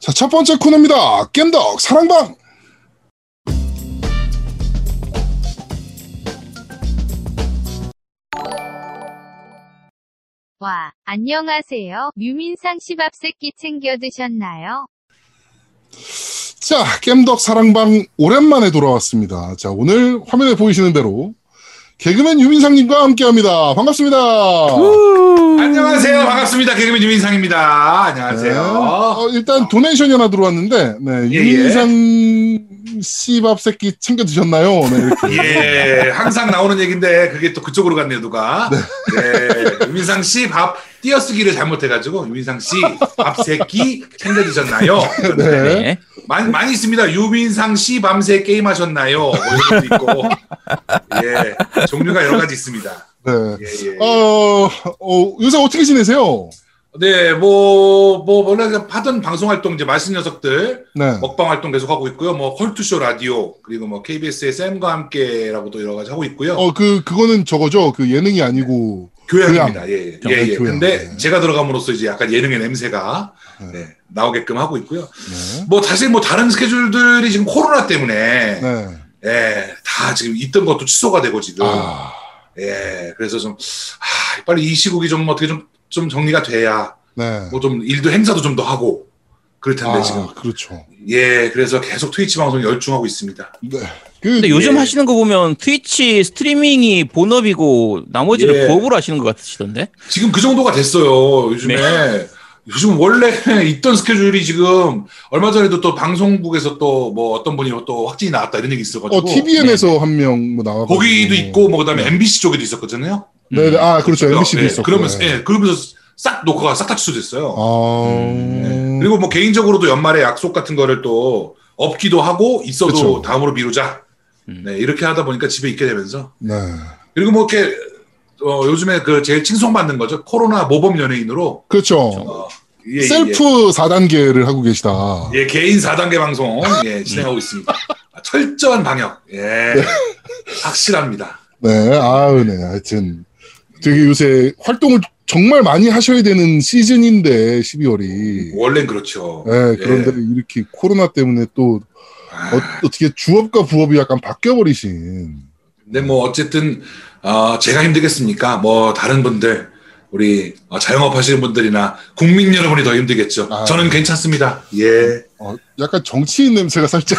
자, 첫 번째 코너입니다. 겜덕 사랑방. 와, 안녕하세요. 뮤민상 씨밥 새끼 챙겨 드셨나요? 자, 겜덕 사랑방 오랜만에 돌아왔습니다. 자, 오늘 화면에 보이시는 대로 개그맨 유민상님과 함께합니다. 반갑습니다. 안녕하세요. 반갑습니다. 개그맨 유민상입니다. 네. 안녕하세요. 어, 일단 도네이션이 하나 들어왔는데, 네, 예, 유민상 씨밥 새끼 챙겨 드셨나요? 네, 이렇게. 예, 항상 나오는 얘기인데 그게 또 그쪽으로 갔네요, 누가. 예, 유민상 씨 밥 띄어쓰기를 잘못해가지고 유민상 씨 밥 새끼 챙겨주셨나요? 네. 네. 많이, 많이 있습니다. 유민상 씨 밤새 게임하셨나요? 뭐 이런 것도 있고. 예, 종류가 여러 가지 있습니다. 네. 예, 예. 어, 어, 요새 어떻게 지내세요? 네, 뭐, 뭐, 원래 하던 방송 활동 이제 맛있는 녀석들 네. 먹방 활동 계속 하고 있고요. 뭐 컬투쇼 라디오 그리고 뭐 KBS의 쌤과 함께라고 또 여러 가지 하고 있고요. 어, 그, 그거는 저거죠. 그 예능이 아니고. 교양입니다. 예, 예, 예. 교양, 예. 교양. 근데 네. 제가 들어감으로써 이제 약간 예능의 냄새가 네. 네, 나오게끔 하고 있고요. 네. 뭐 사실 뭐 다른 스케줄들이 지금 코로나 때문에 네. 예, 다 지금 있던 것도 취소가 되고 지금 아. 예, 그래서 좀 아, 빨리 이 시국이 좀 어떻게 좀 좀 정리가 돼야 네. 뭐 좀 일도 행사도 좀 더 하고 그럴 텐데 아, 지금 그렇죠. 예, 그래서 계속 트위치 방송 열중하고 있습니다. 네. 그, 근데 요즘 예. 하시는 거 보면 트위치 스트리밍이 본업이고 나머지를 예. 부업으로 하시는 것 같으시던데. 지금 그 정도가 됐어요. 요즘에 요즘 원래 있던 스케줄이 지금 얼마 전에도 또 방송국에서 또 뭐 어떤 분이 또 확진이 나왔다 이런 얘기 있어가지고 네, 어, TVN에서 한 명 뭐 나와. 거기도 있고 뭐 그다음에 MBC 쪽에도 있었거든요. 네, 네. 아, 그렇죠. MBC도 예, 있었고. 그러면서 네. 예, 그러면서 싹 녹화가 싹 다 취소됐어요. 아. 예. 그리고 뭐 개인적으로도 연말에 약속 같은 거를 또 없기도 하고 있어도 그쵸. 다음으로 미루자. 음. 네, 이렇게 하다 보니까 집에 있게 되면서 네. 그리고 뭐 이렇게 어, 요즘에 그 제일 칭송받는 거죠 코로나 모범 연예인으로 그렇죠. 어, 예, 예, 셀프 4단계를 하고 계시다. 예, 개인 4단계 방송 예, 진행하고 있습니다. 아, 철저한 방역. 예. 확실합니다. 네. 아우, 네. 하여튼 되게 요새 활동을 정말 많이 하셔야 되는 시즌인데 12월이. 원래는 그렇죠. 네, 그런데 예. 이렇게 코로나 때문에 또 아, 어, 떻게 주업과 부업이 약간 바뀌어버리신. 근데 뭐 어쨌든 어, 제가 힘들겠습니까? 뭐 다른 분들 우리 어, 자영업 하시는 분들이나 국민 여러분이 더 힘들겠죠. 아. 저는 괜찮습니다. 예. 어, 약간 정치인 냄새가 살짝.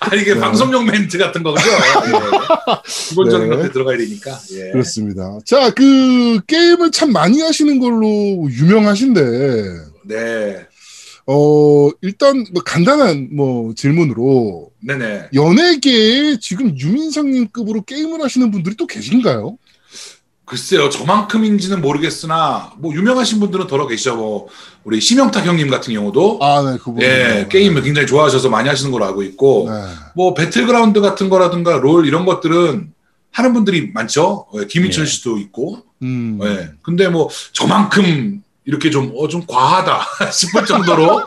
아, 이게 네. 방송용 멘트 같은 거죠. 예. 기본적인 네. 것에 들어가야 되니까. 예. 그렇습니다. 자, 그 게임을 참 많이 하시는 걸로 유명하신데, 네. 어, 일단 뭐 간단한 뭐 질문으로 네네. 연예계에 지금 유민상님급으로 게임을 하시는 분들이 또 계신가요? 글쎄요, 저만큼인지는 모르겠으나, 뭐, 유명하신 분들은 더러 계시죠. 뭐, 우리 심영탁 형님 같은 경우도, 아, 네, 그분. 예, 게임을 굉장히 좋아하셔서 많이 하시는 걸로 알고 있고, 네. 뭐, 배틀그라운드 같은 거라든가, 롤 이런 것들은 하는 분들이 많죠. 예, 김인철 예. 씨도 있고, 네. 음. 예. 근데 뭐, 저만큼 이렇게 좀, 어, 좀 과하다 싶을 정도로,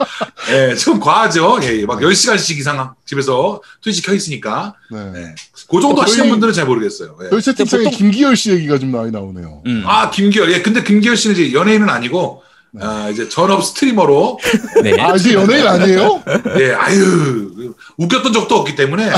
예, 좀 과하죠. 예, 막 10시간씩 이상 집에서 트위치 켜있으니까, 네. 예. 그 정도 어, 하시는 거의- 분들은 잘 모르겠어요. 예. 저희 채팅창에 보통- 김기열 씨 얘기가 좀 많이 나오네요. 음. 아 김기열 예 근데 김기열 씨는 이제 연예인은 아니고 네. 아, 이제 전업 스트리머로 네. 아, 이제 연예인 아니에요? 예 아유 웃겼던 적도 없기 때문에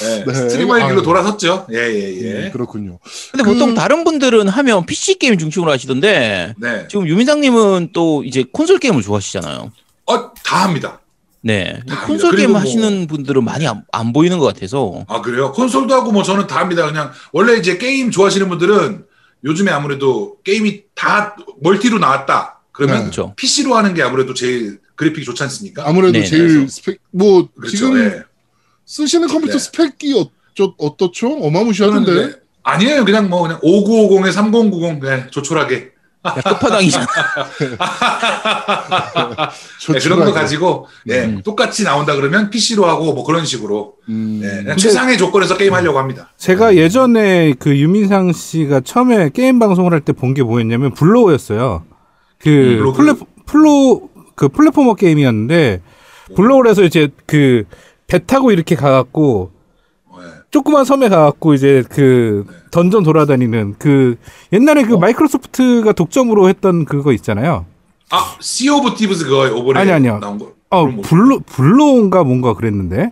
예, 네. 스트리머의 길로 아유. 돌아섰죠 예예예 음, 그렇군요. 근데 그- 음. 보통 다른 분들은 하면 PC 게임 중심으로 하시던데 네. 지금 유민상님은 또 이제 콘솔 게임을 좋아하시잖아요. 어, 다 합니다. 네. 다 합니다. 콘솔 게임 그리고 뭐- 하시는 분들은 많이 안, 안 보이는 것 같아서. 아, 그래요? 콘솔도 하고 뭐 저는 다 합니다. 그냥, 원래 이제 게임 좋아하시는 분들은 요즘에 아무래도 게임이 다 멀티로 나왔다. 네. 그러면 그렇죠. PC로 하는 게 아무래도 제일 그래픽이 좋지 않습니까? 아무래도 네, 제일 그래서- 스펙, 뭐, 그렇죠. 지금 예. 쓰시는 컴퓨터 네. 스펙이 어쩌, 어떻죠? 저는 어마무시하던데. 근데 아니에요. 그냥 뭐 그냥 5950에 3090 네, 조촐하게 야, 끝판왕이잖아. 네, 그런 거 조촐하게. 가지고 네, 음. 똑같이 나온다 그러면 PC로 하고 뭐 그런 식으로 음. 네, 그냥 최상의 조건에서 게임 하려고 합니다. 제가 예전에 그 유민상 씨가 처음에 게임 방송을 할 때 본 게 뭐였냐면 블로우였어요. 그 음, 블로그. 플랫 플로 그 플랫포머 게임이었는데 블로우에서 이제 그 배 타고 이렇게 가갖고 네. 조그만 섬에 가갖고 이제 그 던전 돌아다니는 그 옛날에 어. 그 마이크로소프트가 독점으로 했던 그거 있잖아요. 아, 시 오브 티브스 그거 요번에 아니, 아니요. 나온 거. 어 그럼 뭐- 블루 블루인가 뭔가 그랬는데.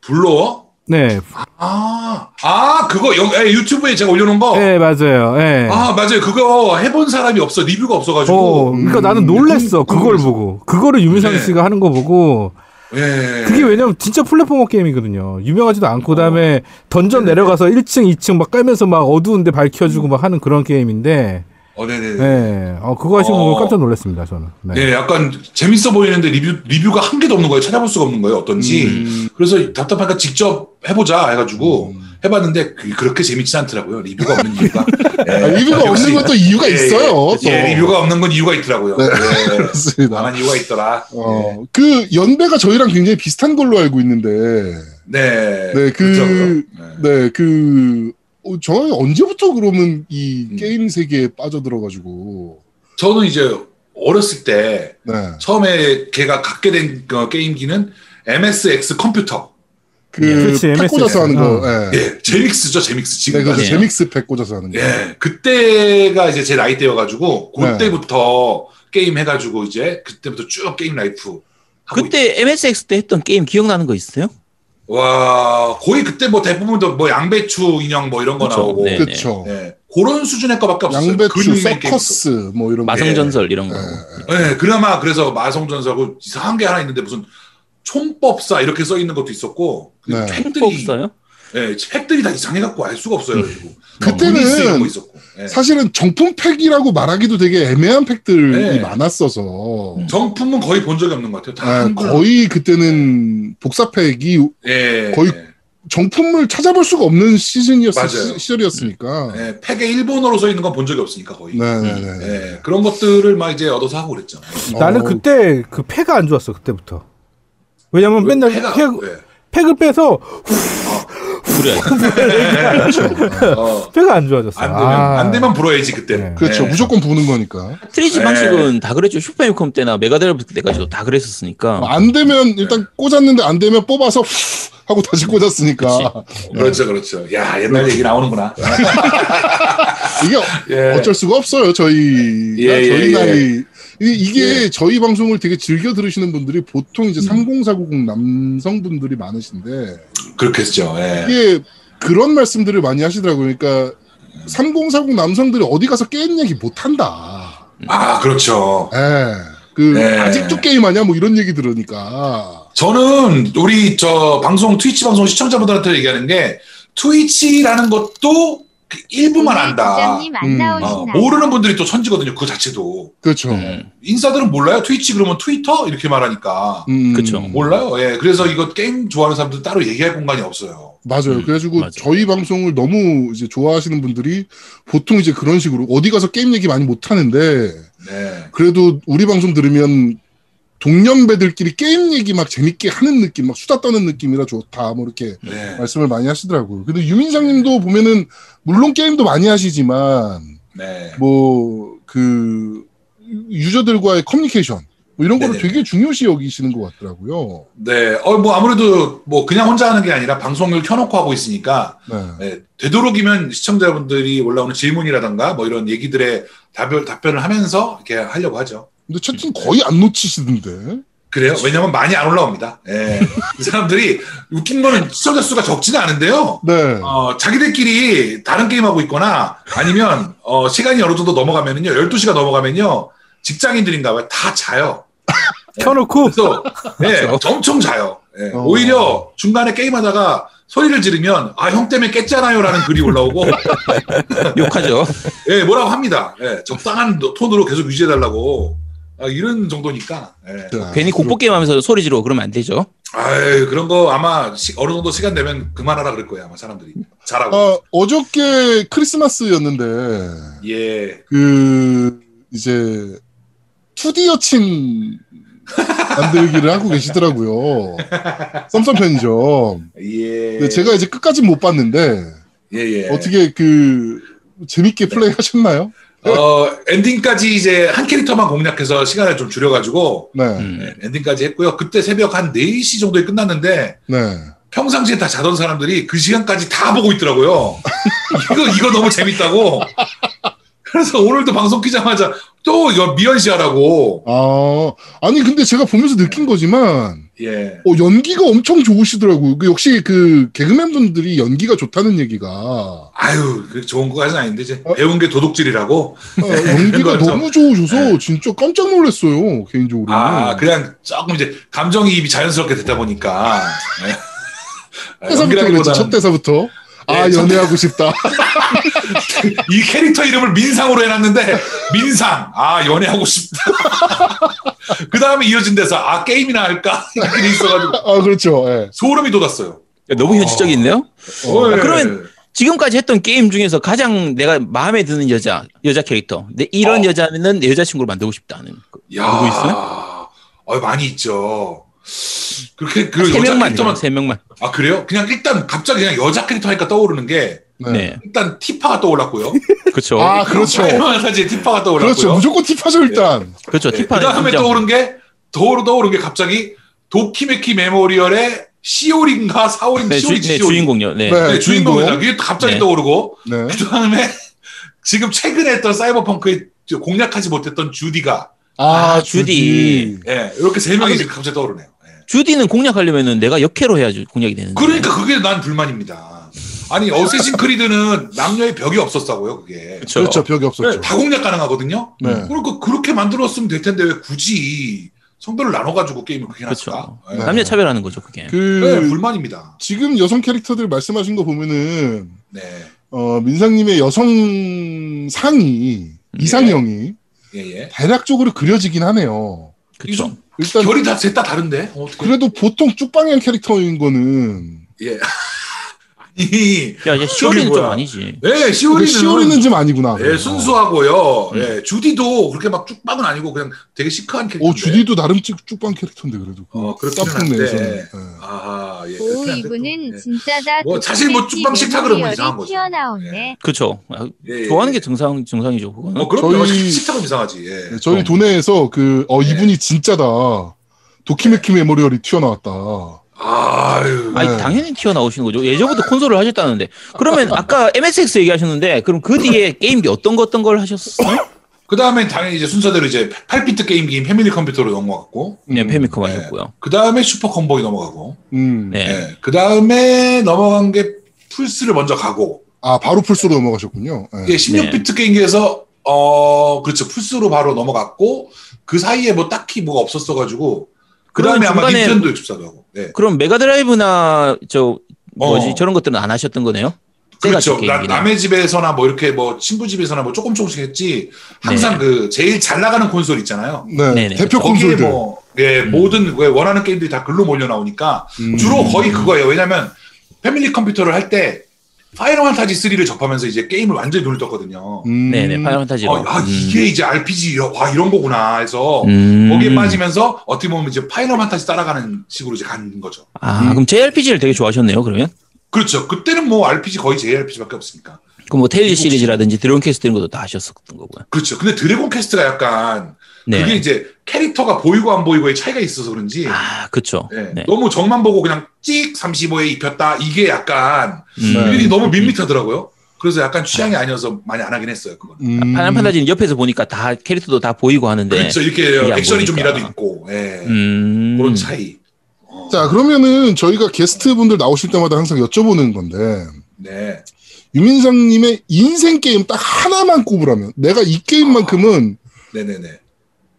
불러? 네, 아, 아, 그거 여, 예, 유튜브에 제가 올려놓은 거. 네 맞아요. 예. 아, 맞아요. 그거 해본 사람이 없어. 리뷰가 어, 없어가지고. 그러니까 음, 나는 놀랬어 그건- 그걸 보고 그거를 유민상 네. 씨가 하는 거 보고 예. 그게 왜냐면 진짜 플랫폼어 게임이거든요. 유명하지도 않고 어. 그다음에 던전 네. 내려가서 1층, 2층 막 깔면서 막 어두운데 밝혀주고 막 하는 그런 게임인데, 어, 예, 네네. 어, 그거 하시고 어. 깜짝 놀랐습니다 저는. 네. 네, 약간 재밌어 보이는데 리뷰, 리뷰가 한 개도 없는 거예요. 찾아볼 수가 없는 거예요. 어떤지. 음. 그래서 답답하니까 직접 해보자 해가지고 음. 해봤는데 그, 그렇게 재밌지 않더라고요. 리뷰가 없는 이유가. 네. 아, 리뷰가 없는 것도 이유가 있어요. 또. 네. 예, 리뷰가 없는 건 이유가 있더라고요. 예. 그렇습니다. 다만 이유가 있더라. 어, 예. 그 연배가 저희랑 굉장히 비슷한 걸로 알고 있는데, 네. 네, 그- 그렇더라고요. 네. 네, 그, 어, 저는 언제부터 그러면 이 음. 게임 세계에 빠져들어가지고, 저는 이제 어렸을 때 네. 처음에 걔가 갖게 된 어, 게임기는 MSX 컴퓨터. 그, 그치, 팩 꽂아서 하는 거, 예. 예, 제믹스죠, 제믹스 네, 그래서 지금까지. 네. 제믹스 팩 꽂아서 하는 거. 예, 그때가 이제 제 나이 때여가지고 네. 그때부터 게임 해가지고 이제 그때부터 쭉 게임 라이프 하고 있- 그때 MSX 때 했던 게임 기억나는 거 있어요? 와 거의 그때 뭐 대부분 다 뭐 양배추 인형 뭐 이런 거 그쵸, 나오고 네. 그쵸. 예, 그런 수준의 거밖에 없었어요. 그렇죠. 양배추, 근육맨 게임도. 서커스, 뭐 이런 거. 마성전설 이런 거. 예, 그나마 그래서 마성전사고 이상한 게 하나 있는데 무슨 총법사 이렇게 써 있는 것도 있었고 네. 팩들이 없어요? 예, 책들이 다 이상해갖고 알 수가 없어요. 그리고 음. 그때는 유니스 이런 거 있었고. 예. 사실은 정품 팩이라고 말하기도 되게 애매한 팩들이 네. 많았어서, 정품은 거의 본 적이 없는 것 같아요. 다 네, 한글. 거의 그때는 네. 복사팩이 예, 거의- 예. 정품을 찾아볼 수가 없는 시즌이었 맞아요. 시절이었으니까. 네, 예, 팩에 일본어로 써 있는 건 본 적이 없으니까 거의. 네, 네. 네. 예, 그런 것들을 막 이제 네. 얻어서 하고 그랬죠. 음. 네. 나는 어, 그때 그 패가 안 좋았어 그때부터. 그 왜냐면 맨날 팩, 팩, 예. 팩을 빼서 그래. 어, 패가 안 좋아졌어. 안 되면 아. 안 되면 불어야지 그때. 예. 네. 그렇죠. 무조건 부는 거니까. 트리지 네. 방식은 다 그랬죠. 슈퍼미컴 때나 메가드라이브 때까지도 다 어. 뭐, 그랬었으니까. 안 되면 네. 일단 꽂았는데 안 되면 뽑아서 하고 다시 꽂았으니까 그렇죠, 그렇죠. 야, 옛날 얘기 나오는구나. 이게 예. 네. 어쩔 수가 없어요. 저희 예, 예, 저희 예. 나이 이- 이게 저희 방송을 되게 즐겨 들으시는 분들이 보통 음. 이제 3040 남성분들이 많으신데 그렇겠죠. 예. 이게 그런 말씀들을 많이 하시더라고요. 그러니까 3040 남성들이 어디 가서 게임 얘기 못 한다. 아, 그렇죠. 예. 그 네. 아직도 게임하냐 뭐 이런 얘기 들으니까 저는 우리 저 방송 트위치 방송 시청자분들한테 얘기하는 게 트위치라는 것도 그 일부만 안다. 부장님 음. 안 어, 나오시나요? 모르는 분들이 또 천지거든요. 그 자체도 그렇죠. 음, 인싸들은 몰라요. 트위치 그러면 트위터 이렇게 말하니까 음, 그쵸. 몰라요. 예, 그래서 이거 게임 좋아하는 사람들 은 따로 얘기할 공간이 없어요. 맞아요. 음, 그래가지고 맞아요. 저희 방송을 너무 이제 좋아하시는 분들이 보통 이제 그런 식으로 어디 가서 게임 얘기 많이 못 하는데 네. 그래도 우리 방송 들으면 동년배들끼리 게임 얘기 막 재밌게 하는 느낌, 막 수다 떠는 느낌이라 좋다 뭐 이렇게 네. 말씀을 많이 하시더라고요. 근데 유민상님도 보면은 물론 게임도 많이 하시지만 네. 뭐 그 유저들과의 커뮤니케이션 뭐 이런 거를 네네네. 되게 중요시 여기시는 것 같더라고요. 네. 어, 뭐 아무래도 뭐 그냥 혼자 하는 게 아니라 방송을 켜놓고 하고 있으니까 네. 예, 되도록이면 시청자분들이 올라오는 질문이라던가 뭐 이런 얘기들에 답변, 답변을 하면서 이렇게 하려고 하죠. 근데 채팅 거의 안 놓치시던데. 그래요? 왜냐면 많이 안 올라옵니다. 예. 이 사람들이 웃긴 거는 시청자 수가 적지는 않은데요. 네. 어, 자기들끼리 다른 게임하고 있거나 아니면 어, 시간이 어느 정도 넘어가면은요. 12시가 넘어가면요. 직장인들인가 봐요. 다 자요. 켜놓고 그래서 예, 엄청 자요. 예, 어. 오히려 중간에 게임하다가 소리를 지르면 아 형 때문에 깼잖아요라는 글이 올라오고 욕하죠. 예, 뭐라고 합니다. 예, 적당한 노- 톤으로 계속 유지해달라고 아, 이런 정도니까. 예. 네. 괜히 공포 게임 하면서 소리 지르고 그러면 안 되죠. 아유 그런 거 아마 시- 어느 정도 시간 되면 그만하라 그럴 거예요 아마 사람들이 잘하고 아, 어저께 크리스마스였는데 예. 그 이제 2D 여친 만들기를 하고 계시더라고요. 썸썸 편의점. 예. 근데 그 제가 이제 끝까지 못 봤는데 예, 예. 어떻게 그 재밌게 플레이 네. 하셨나요? 어, 엔딩까지 이제 한 캐릭터만 공략해서 시간을 좀 줄여가지고 네. 음. 예, 엔딩까지 했고요. 그때 새벽 한 4시 정도에 네 끝났는데 네. 평상시에 다 자던 사람들이 그 시간까지 다 보고 있더라고요. 이거 이거 너무 재밌다고. 그래서 오늘도 방송 끼자마자 또 이거 미연 씨 하라고. 아, 아니 근데 제가 보면서 느낀 거지만 예. 어, 연기가 엄청 좋으시더라고요. 그 역시 그 개그맨 분들이 연기가 좋다는 얘기가 어, 아유, 그 좋은 거까지는 아닌데 이제 배운 게 도둑질이라고. 연기가 네, 그건 좀- 네. 너무 좋으셔서 진짜 깜짝 놀랐어요 개인적으로. 아, 그냥 조금 이제 감정이입이 자연스럽게 되다 보니까. 예. 대사부터 그랬죠. 첫 대사부터. 아 예, 첫 연애하고 싶다. 이 캐릭터 이름을 민상으로 해놨는데 민상 아 연애하고 싶다 그 다음에 이어진 데서 아 게임이나 할까 이렇게 있어가지고 아 그렇죠. 예. 소름이 돋았어요 야, 너무 어. 현실적인데요? 어, 예. 그러면- 지금까지 했던 게임 중에서 가장 내가 마음에 드는 여자, 여자 캐릭터. 근데 이런 어. 여자는 내 여자친구로 만들고 싶다는. 그- 예. 야, 누구 어, 많이 있죠 그렇게 그 세 여자 명만. 캐릭터만 세 명만. 아 그래요 그냥 일단 갑자기 그냥 여자 캐릭터 하니까 떠오르는 게 네. 네. 일단 티파가 떠올랐고요 그렇죠. 아 그렇죠. 사실 티파가 떠올랐고요 그렇죠. 무조건 팁하죠 일단. 그렇죠. 그 티파는. 다음에 진짜- 떠오른 게 떠오르 떠오른 게 갑자기 도키메키 메모리얼의 시오린가 사오린 네, 주, 시오린 네, 주인공요. 네. 네. 네, 주인공. 주인공이다. 그게 갑자기 네. 떠오르고 네. 그 다음에 지금 최근에 했던 사이버펑크의 저 공략하지 못했던 주디가 아, 아, 주디. 주디. 예, 이렇게 세 아, 명이 근데- 지금 갑자기 떠오르네요. 예. 주디는 공략하려면은 내가 역캐로 해야지 공략이 되는데. 그러니까 그게 난 불만입니다. 아니 어쌔신 크리드는 남녀의 벽이 없었다고요 그게 그렇죠. 그렇죠. 벽이 없었죠. 네, 다 공략 가능하거든요. 네. 그러니까 그렇게 만들었으면 될 텐데 왜 굳이 성별을 나눠가지고 게임을 그렇게 그렇죠. 놨을까? 예. 남녀 차별하는 거죠, 그게. 그 네, 불만입니다. 지금 여성 캐릭터들 말씀하신 거 보면은 네, 어, 민상님의 여성 상이 음, 이상형이 예, 예. 대략적으로 그려지긴 하네요. 그렇죠. 일단 결이 다 셋 다 다른데 어, 어떻게? 그래도 보통 쭉방향 캐릭터인 거는 예. 아니, 야, 야, 시오리는 좀 뭐야. 아니지. 예, 근데 시오리는 시오리는 좀 아니구나. 어, 예, 순수하고요. 음. 예, 주디도 그렇게 막 쭉박은 아니고 그냥 되게 시크한 캐릭터. 오 주디도 나름 쭉- 쭉방 캐릭터인데 그래도 어, 그렇긴 쌈풍 한데. 내에서는 예. 아, 예. 오 그렇긴 한데 이분은 또, 진짜다. 뭐, 사실 뭐 도깨비 쭈빵 식탁 그러면 메모리얼이 이상한 거죠. 튀어나오네. 그렇죠. 아, 예, 예, 예. 좋아하는 게 정상 정상이죠, 그거는. 어, 그럼 저희- 저희... 식탁은 이상하지. 예. 네, 저희 도내에서 그어 이분이 진짜다 도키메키 예. 메모리얼이 튀어나왔다. 아유. 아니 네. 당연히 튀어나오시는 거죠. 예전부터 콘솔을 하셨다는데. 그러면 아까 MSX 얘기하셨는데 그럼 그 뒤에 게임기 어떤 거 어떤 걸 하셨어요? 그 다음엔 당연히 이제 순서대로 이제 8비트 게임기인 패밀리 컴퓨터로 넘어갔고, 네, 음, 페미컴 네. 하셨고요. 그 다음에 슈퍼 컴보이 넘어가고, 음. 네. 예. 그 다음에 넘어간 게 플스를 먼저 가고, 아 바로 풀스로 넘어가셨군요. 예. 네. 예, 16비트 게임기에서 어 그렇죠 플스로 바로 넘어갔고 그 사이에 뭐 딱히 뭐가 없었어가지고 그 다음에 아마 중간에- 닌텐도 64도 하고 네. 그럼 메가드라이브나 저 뭐지 어. 저런 것들은 안 하셨던 거네요. 그렇죠 세가지 나- 게임이나. 남의 집에서나 뭐 이렇게 뭐 친구 집에서나 뭐 조금 조금씩 했지 항상 네. 그 제일 잘 나가는 콘솔 있잖아요 네, 네네, 대표 거기에 콘솔들 뭐 예, 음. 모든 왜 원하는 게임들이 다 글로 몰려 나오니까 음. 네, 주로 거의 그거예요 왜냐면 패밀리 컴퓨터를 할 때 파이널 판타지 3를 접하면서 이제 게임을 완전히 눈을 떴거든요 음. 네네 파이널 판타지로. 어, 아 이게 이제 RPG 와 이런 거구나 해서 음. 거기에 빠지면서 어떻게 보면 이제 파이널 판타지 따라가는 식으로 이제 간 거죠. 아 그럼 JRPG를 되게 좋아하셨네요. 그러면 그렇죠. 그때는 뭐 RPG 거의 JRPG밖에 없으니까. 그럼 뭐 테일즈 미국 시리즈라든지 드론 캐스트 이런 것도 다 하셨었던 거고요. 그렇죠. 근데 드래곤 퀘스트가 약간 네. 그게 이제 캐릭터가 보이고 안 보이고의 차이가 있어서 그런지 아 그렇죠. 예, 네. 너무 정만 보고 그냥 찍 35에 입혔다 이게 약간 음. 네. 일이 너무 밋밋하더라고요. 그래서 약간 취향이 아니어서 많이 안 하긴 했어요. 그건. 음. 파이널 판타지는 옆에서 보니까 다 캐릭터도 다 보이고 하는데. 그렇죠. 네. 이게 이렇게 안 액션이 보이니까. 좀이라도 있고 예. 음. 그런 차이. 어, 자 그러면은 저희가 게스트 분들 나오실 때마다 항상 여쭤보는 건데 네. 유민상님의 인생 게임 딱 하나만 꼽으라면 내가 이 게임만큼은 네네네.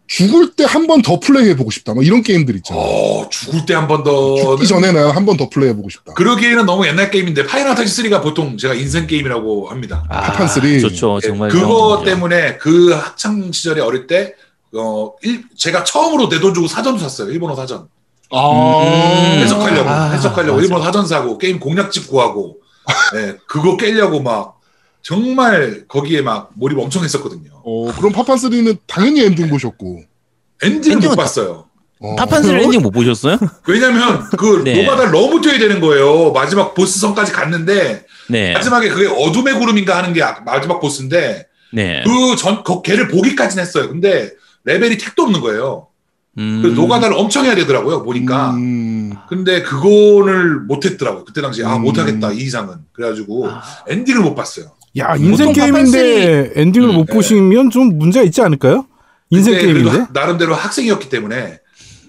죽을 때 한 번 더 플레이해 보고 싶다. 뭐 이런 게임들 있잖아. 요 어, 죽을 때 한 번 더. 죽기 전에 나 한 번 더 플레이해 보고 싶다. 그러기에는 너무 옛날 게임인데 파이널 판타지 3가 보통 제가 인생 게임이라고 합니다. 아, 파판 쓰리. 좋죠. 정말 그거 명언이죠. 때문에 그 학창 시절에 어릴 때 어, 일, 제가 처음으로 내 돈 주고 사전도 샀어요. 일본어 사전. 아. 음. 해석하려고. 아, 해석하려고 맞아. 일본어 사전 사고 게임 공략집 구하고 예, 그거 깨려고 막 정말 거기에 막 몰입 엄청 했었거든요. 어, 그럼 파판 3는 당연히 엔딩 보셨고. 엔딩을 못 엔딩은 봤어요. 어. 파판 쓰리 엔딩 못 보셨어요? 왜냐면 그 네. 노바다 너무 뛰어야 되는 거예요. 마지막 보스성까지 갔는데 네. 마지막에 그게 어둠의 구름인가 하는 게 아, 마지막 보스인데 네. 그 전, 그 걔를 보기까지는 했어요. 근데 레벨이 택도 없는 거예요. 음. 그래서 노가다를 엄청 해야 되더라고요, 보니까. 음. 근데 그거를 못했더라고요. 그때 당시에, 아, 음. 못하겠다, 이 이상은. 그래가지고, 엔딩을 못 봤어요. 야 보통 인생 게임인데 엔딩을 음, 못 네. 보시면 좀 문제가 있지 않을까요? 인생 그때 그래도 게임인데. 하- 나름대로 학생이었기 때문에,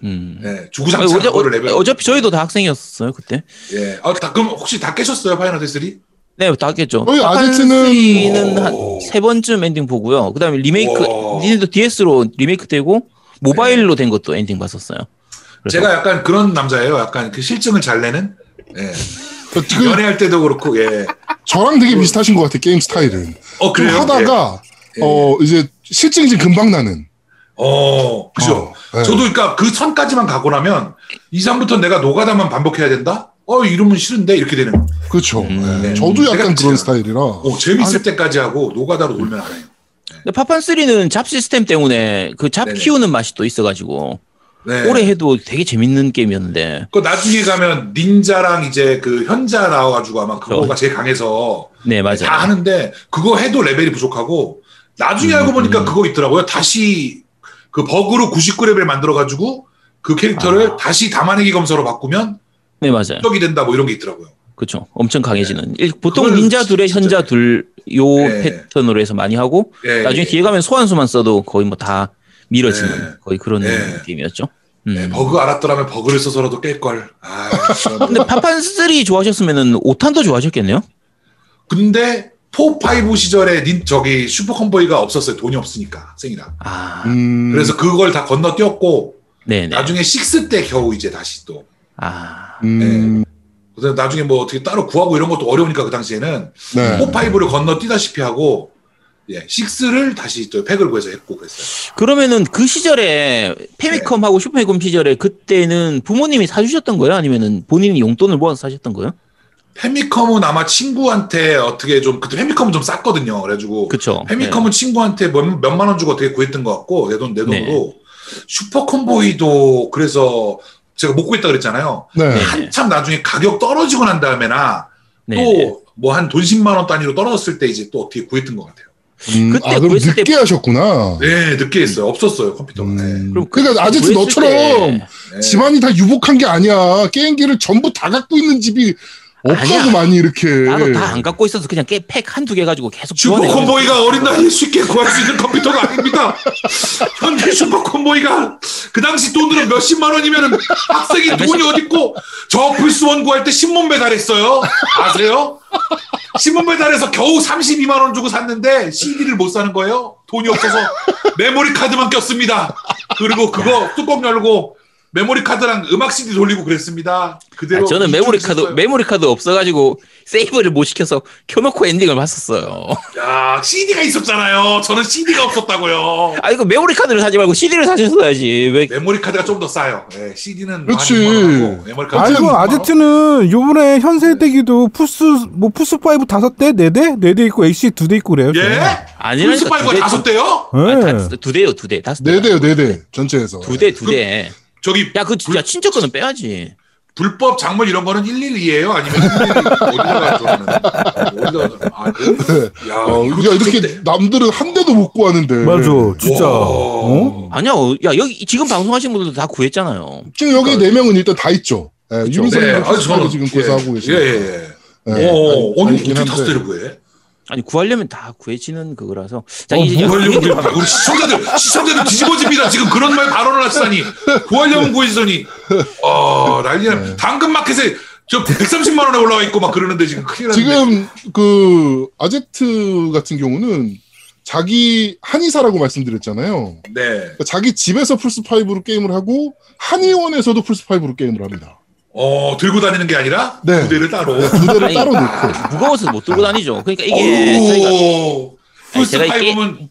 음. 예, 아니, 주구장창 어차- 그거를 레벨. 어, 차피 저희도 다 학생이었어요 그때. 예. 아, 다, 그럼 혹시 다 깨셨어요, 파이널 테스리? 네, 다 했겠죠. 저희 아제트는- 오. 한세 번쯤 엔딩 보고요. 그다음에 리메이크 와. 니네도 DS로 리메이크 되고 모바일로 된 것도 엔딩 봤었어요. 그래서- 제가 약간 그런 남자예요. 약간 그 실증을 잘 내는? 예. 그 지금 연애할 때도 그렇고, 예. 저랑 되게 비슷하신 것 같아 게임 스타일은. 어, 좀 그래요? 예. 하다가 예. 어 이제 실증이 좀 금방 나는. 어, 그죠. 어, 예. 저도 그러니까 그 선까지만 가고 나면 이상부터 내가 노가다만 반복해야 된다? 어, 이러면 싫은데 이렇게 되는. 거. 그렇죠. 음. 예. 저도 약간 내가 그런 진짜- 스타일이라. 어, 재밌을 때까지 하고 노가다로 놀면 안 해요. 근데 파판 3는 잡 시스템 때문에 그 잡 네네. 키우는 맛이 또 있어가지고 네. 오래 해도 되게 재밌는 게임이었는데. 그 나중에 가면 닌자랑 이제 그 현자 나와가지고 아마 그거가 제일 강해서 네 그렇죠. 맞아요. 다 하는데 그거 해도 레벨이 부족하고 나중에 음, 알고 보니까 그거 있더라고요. 다시 그 버그로 99레벨 만들어가지고 그 캐릭터를 다시 담아내기 검사로 바꾸면 네 맞아요. 적이 된다 뭐 이런 게 있더라고요. 그렇죠. 엄청 강해지는. 일- 보통 네. 그거는 닌자 진짜- 둘에 현자 둘 요 네. 패턴으로 해서 많이 하고 예, 나중에 예. 뒤에 가면 소환수만 써도 거의 뭐 다 밀어지는 네. 거의 그런 네. 느낌이었죠. 음. 네, 버그 알았더라면 버그를 써서라도 깰 걸. 아, 그런 근데 파판 3 좋아하셨으면은 5탄도 좋아하셨겠네요. 근데 4, 5 시절에 닌 저기 슈퍼 컨보이가 없었어요. 돈이 없으니까 학생이라. 아, 음, 그래서 그걸 다 건너뛰었고 네네. 나중에 6 때 겨우 이제 다시 또. 네. 아, 음, 그래서 나중에 뭐 어떻게 따로 구하고 이런 것도 어려우니까 그 당시에는 네. 4, 5를 건너뛰다시피 하고 예, 6를 다시 또 팩을 구해서 했고 그랬어요. 그러면은 그 시절에 네. 페미컴하고 슈퍼미컴 시절에 그때는 부모님이 사주셨던 거예요? 아니면은 본인이 용돈을 모아서 사셨던 거예요? 페미컴은 아마 친구한테 어떻게 좀 그때 페미컴은 좀 쌌거든요. 그래가지고 그쵸. 네. 페미컴은 친구한테 몇, 몇만 원 주고 어떻게 구했던 것 같고 내 돈 내 네. 돈으로 슈퍼 콤보이도 그래서 제가 못 구했다 그랬잖아요. 네. 네. 한참 나중에 가격 떨어지고 난 다음에나 네. 또 네네. 뭐 한 돈 10만 원 단위로 떨어졌을 때 이제 또 어떻게 구했던 것 같아요. 음, 그때 아, 그럼 구했을 늦게 때- 하셨구나. 네, 늦게 했어요. 없었어요 컴퓨터가. 네. 음, 그럼 그러니까 아제트 구했을 너처럼 때- 네. 집안이 다 유복한 게 아니야. 게임기를 전부 다 갖고 있는 집이 없다고 아니야. 많이 이렇게. 네. 나도 다 안 갖고 있어서 그냥 게 팩 한 두 개 가지고 계속 슈퍼 교환해. 콤보이가 어린 나이에 쉽게 구할 수 있는 컴퓨터가 아닙니다. 현재 슈퍼 콤보이가 그 당시 돈으로 몇십만 원이면 아, 학생이 돈이 어딨고 저 플스1 구할 때 신문 배달했어요. 아세요? 신문 배달해서 겨우 32만 원 주고 샀는데 CD를 못 사는 거예요. 돈이 없어서 메모리 카드만 꼈습니다. 그리고 그거 뚜껑 열고 메모리 카드랑 음악 CD 돌리고 그랬습니다. 그대로 아, 저는 메모리 카드 있었어요. 메모리 카드 없어가지고 세이브를 못 시켜서 켜놓고 엔딩을 봤었어요. 야, CD가 있었잖아요. 저는 CD가 없었다고요. 아 이거 메모리 카드를 사지 말고 CD를 사셨어야지. 왜 메모리 카드가 좀 더 싸요. 예, CD는 그치. 메모리 카드 아니 그 아무튼- 아제트는 요번에 현세 때기도 푸스 뭐 푸스 5 다섯 대네 대? 네 대 있고 AC 두 대 있고 그래요. 예? 네. 아니라니까 플스 파이브가 아, 다섯 대요? 네. 저는. 예. 두 대요 두 대. 다섯 네 대요, 네 대. 전체에서. 두 대, 두그 대. 저기 야, 그, 야, 친척 거는 빼야지. 불법 작물 이런 거는 112예요? 아니면 112어디가 가 아, 그- 야, 어, 이거 야, 이렇게 미쳤대. 남들은 한 대도 못 구하는데. 맞아. 진짜. 와. 어? 아니야, 어, 야, 여기, 지금 방송하신 분들도 다 구했잖아요. 지금 여기 네 명은 일단 다 있죠. 예, 유민상 네, 님도 아니 저는 지금 고사하고 예, 계시니까. 예, 예. 예, 오, 아니, 아니 아니긴 어떻게 한데. 다섯 대를 구해? 아니, 구하려면 다 구해지는 그거라서. 자, 어, 이제, 구하려면 구해. 우리 시청자들 시청자들 뒤집어집니다. 지금 그런 말 발언을 하시다니 구하려면 구해지더니 어 난리야. 네. 당근마켓에 저 130만 원에 올라와 있고 막 그러는데 지금 큰일 났네. 지금 그 아제트 같은 경우는 자기 한의사라고 말씀드렸잖아요. 네. 그러니까 자기 집에서 플스 5로 게임을 하고 한의원에서도 플스 5로 게임을 합니다. 어 들고 다니는 게 아니라 네. 무대를 따로. 두 대를 아니, 따로 놓고. 무거워서 못 들고 다니죠. 그러니까 이게, 저희가, 오. 아니, 플스 제가 이 게- 파이브면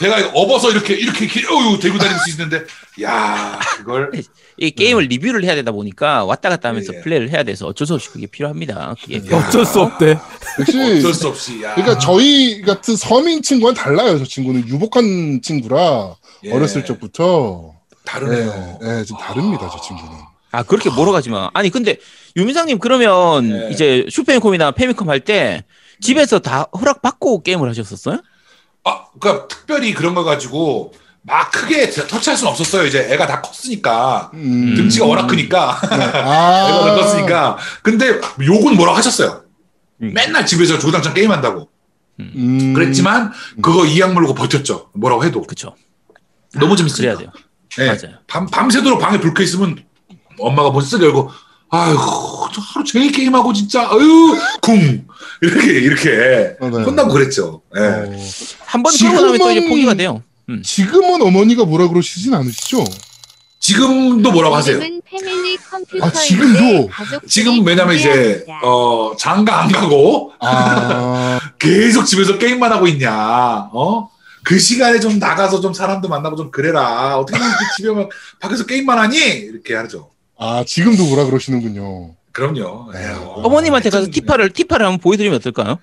제가 업어서 이렇게 이렇게 길- 어우 들고 다닐 수 있는데 야 그걸 이 게임을 리뷰를 해야 되다 보니까 왔다 갔다 하면서 예, 예. 플레이를 해야 돼서 어쩔 수 없이 그게 필요합니다. 그게. 어쩔 수 없대. 역시 어쩔 수 없이. 야. 네. 그러니까 저희 같은 서민 친구와는 달라요. 저 친구는 유복한 친구라 예. 어렸을 적부터 다르네요. 예, 예, 좀 다릅니다. 저 친구는. 아, 그렇게 몰아가지 마. 아니, 근데, 유민상님, 그러면 네. 이제 슈퍼미컴이나 페미컴 할 때 집에서 다 허락받고 게임을 하셨었어요? 아, 그러니까 특별히 그런 거 가지고 막 크게 터치할 수는 없었어요. 이제 애가 다 컸으니까 음. 등치가 워낙 크니까 네. 애가 다 어. 아. 컸으니까. 근데 욕은 뭐라고 하셨어요. 음. 맨날 집에서 조당장 게임한다고. 음. 그랬지만 그거 이악 물고 버텼죠. 뭐라고 해도 그쵸. 너무 재밌으니까. 아, 그래야 돼요. 네. 예. 맞아요. 밤, 밤새도록 방에 불켜 있으면 엄마가 먼저 쓰 열고 아휴 저 하루 종일 게임하고 진짜 아유 궁 이렇게 이렇게 어, 네. 혼나고 그랬죠. 예. 어. 한번 끌고 나면 또 이제 지금은- 포기가 돼요. 음. 지금은 어머니가 뭐라 그러시진 않으시죠? 지금도 네, 뭐라고 하세요? 지금은 패밀리 컴퓨터인데 아, 지금도? 가족들이 지금 왜냐면 이제 존재합니다. 어 장가 안 가고 아, 계속 집에서 게임만 하고 있냐 어? 그 시간에 좀 나가서 좀 사람도 만나고 좀 그래라 어떻게 이렇게 집에 오면 밖에서 게임만 하니 이렇게 하죠 아 지금도 뭐라 그러시는군요. 그럼요 예. 네. 어머님한테 가서 네. 티파를 티파를 한번 보여드리면 어떨까요?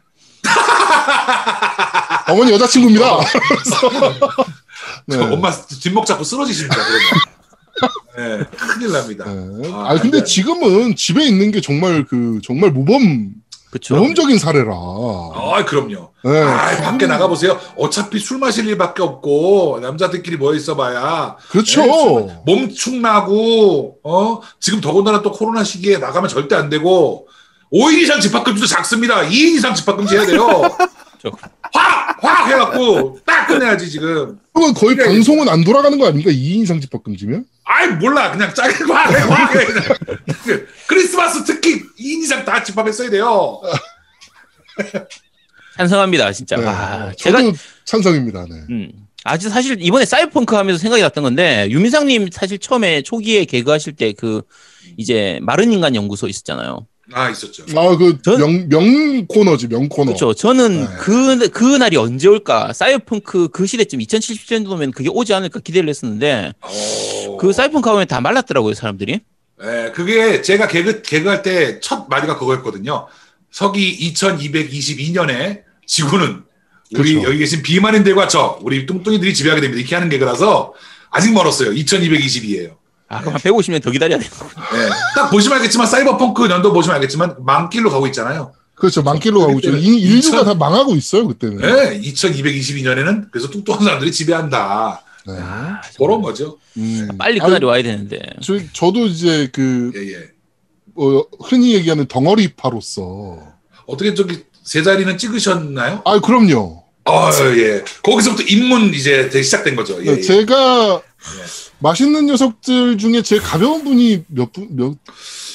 어머니 여자친구입니다. 네. 아, 저 엄마 뒷목 잡고 쓰러지십니다 그러면 네, 큰일 납니다 네. 아, 아 근데 네. 지금은 집에 있는 게 정말 그 정말 모범 그쵸. 모범적인 사례라. 아 그럼요 네. 아, 밖에 나가보세요 어차피 술 마실 일밖에 없고 남자들끼리 모여 있어봐야 그렇죠. 몸축나고 네, 어 지금 더군다나 또 코로나 시기에 나가면 절대 안 되고 5인 이상 집합금지도 작습니다. 2인 이상 집합금지 해야 돼요. 저- 확확 해갖고 딱 끝내야지 지금. 그건 거의 그래. 방송은 안 돌아가는 거 아닙니까? 2인 이상 집합 금지면? 아이 몰라 그냥 짜게 확해 확해 그냥. 크리스마스 특히 2인 이상 다 집합했어야 돼요. 찬성합니다, 진짜. 네. 아, 제가 저도 찬성입니다. 네. 음. 아주 사실 이번에 사이버펑크 하면서 생각이 났던 건데 유민상님 사실 처음에 초기에 개그하실 때 그 이제 마른 인간 연구소 있었잖아요. 아 있었죠. 아그 전- 명, 명 코너지 명 코너. 그렇죠. 저는 네. 그, 그 날이 언제 올까? 사이버펑크 그 시대쯤 2070년도면 그게 오지 않을까 기대를 했었는데 오. 어. 그 사이버펑크 하면 다 말랐더라고요, 사람들이. 예, 그게 제가 개그, 개그할 때 첫 마디가 그거였거든요. 서기 2222년에 지구는 우리 그렇죠. 여기 계신 비만인들과 저, 우리 뚱뚱이들이 지배하게 됩니다. 이렇게 하는 개그라서 아직 멀었어요. 2222예요. 아, 그럼 한 150년 더 기다려야 돼요. 예, 딱 보시면 알겠지만 사이버펑크 연도 보시면 알겠지만 망길로 가고 있잖아요. 그렇죠. 망길로 가고 있죠. 그때는 인- 인류가 이천- 다 망하고 있어요 그때는. 예, 2222년에는 그래서 뚱뚱한 사람들이 지배한다. 네. 그런 거죠. 음. 빨리 아니, 그날이 와야 되는데. 저, 저도 이제 그 예, 예. 어, 흔히 얘기하는 덩어리파로서. 어떻게 저기 세 자리는 찍으셨나요? 아 그럼요. 어, 예. 거기서부터 입문 이제 되게 시작된 거죠. 예, 네, 예. 제가 맛있는 녀석들 중에 제일 가벼운 분이 몇 분 몇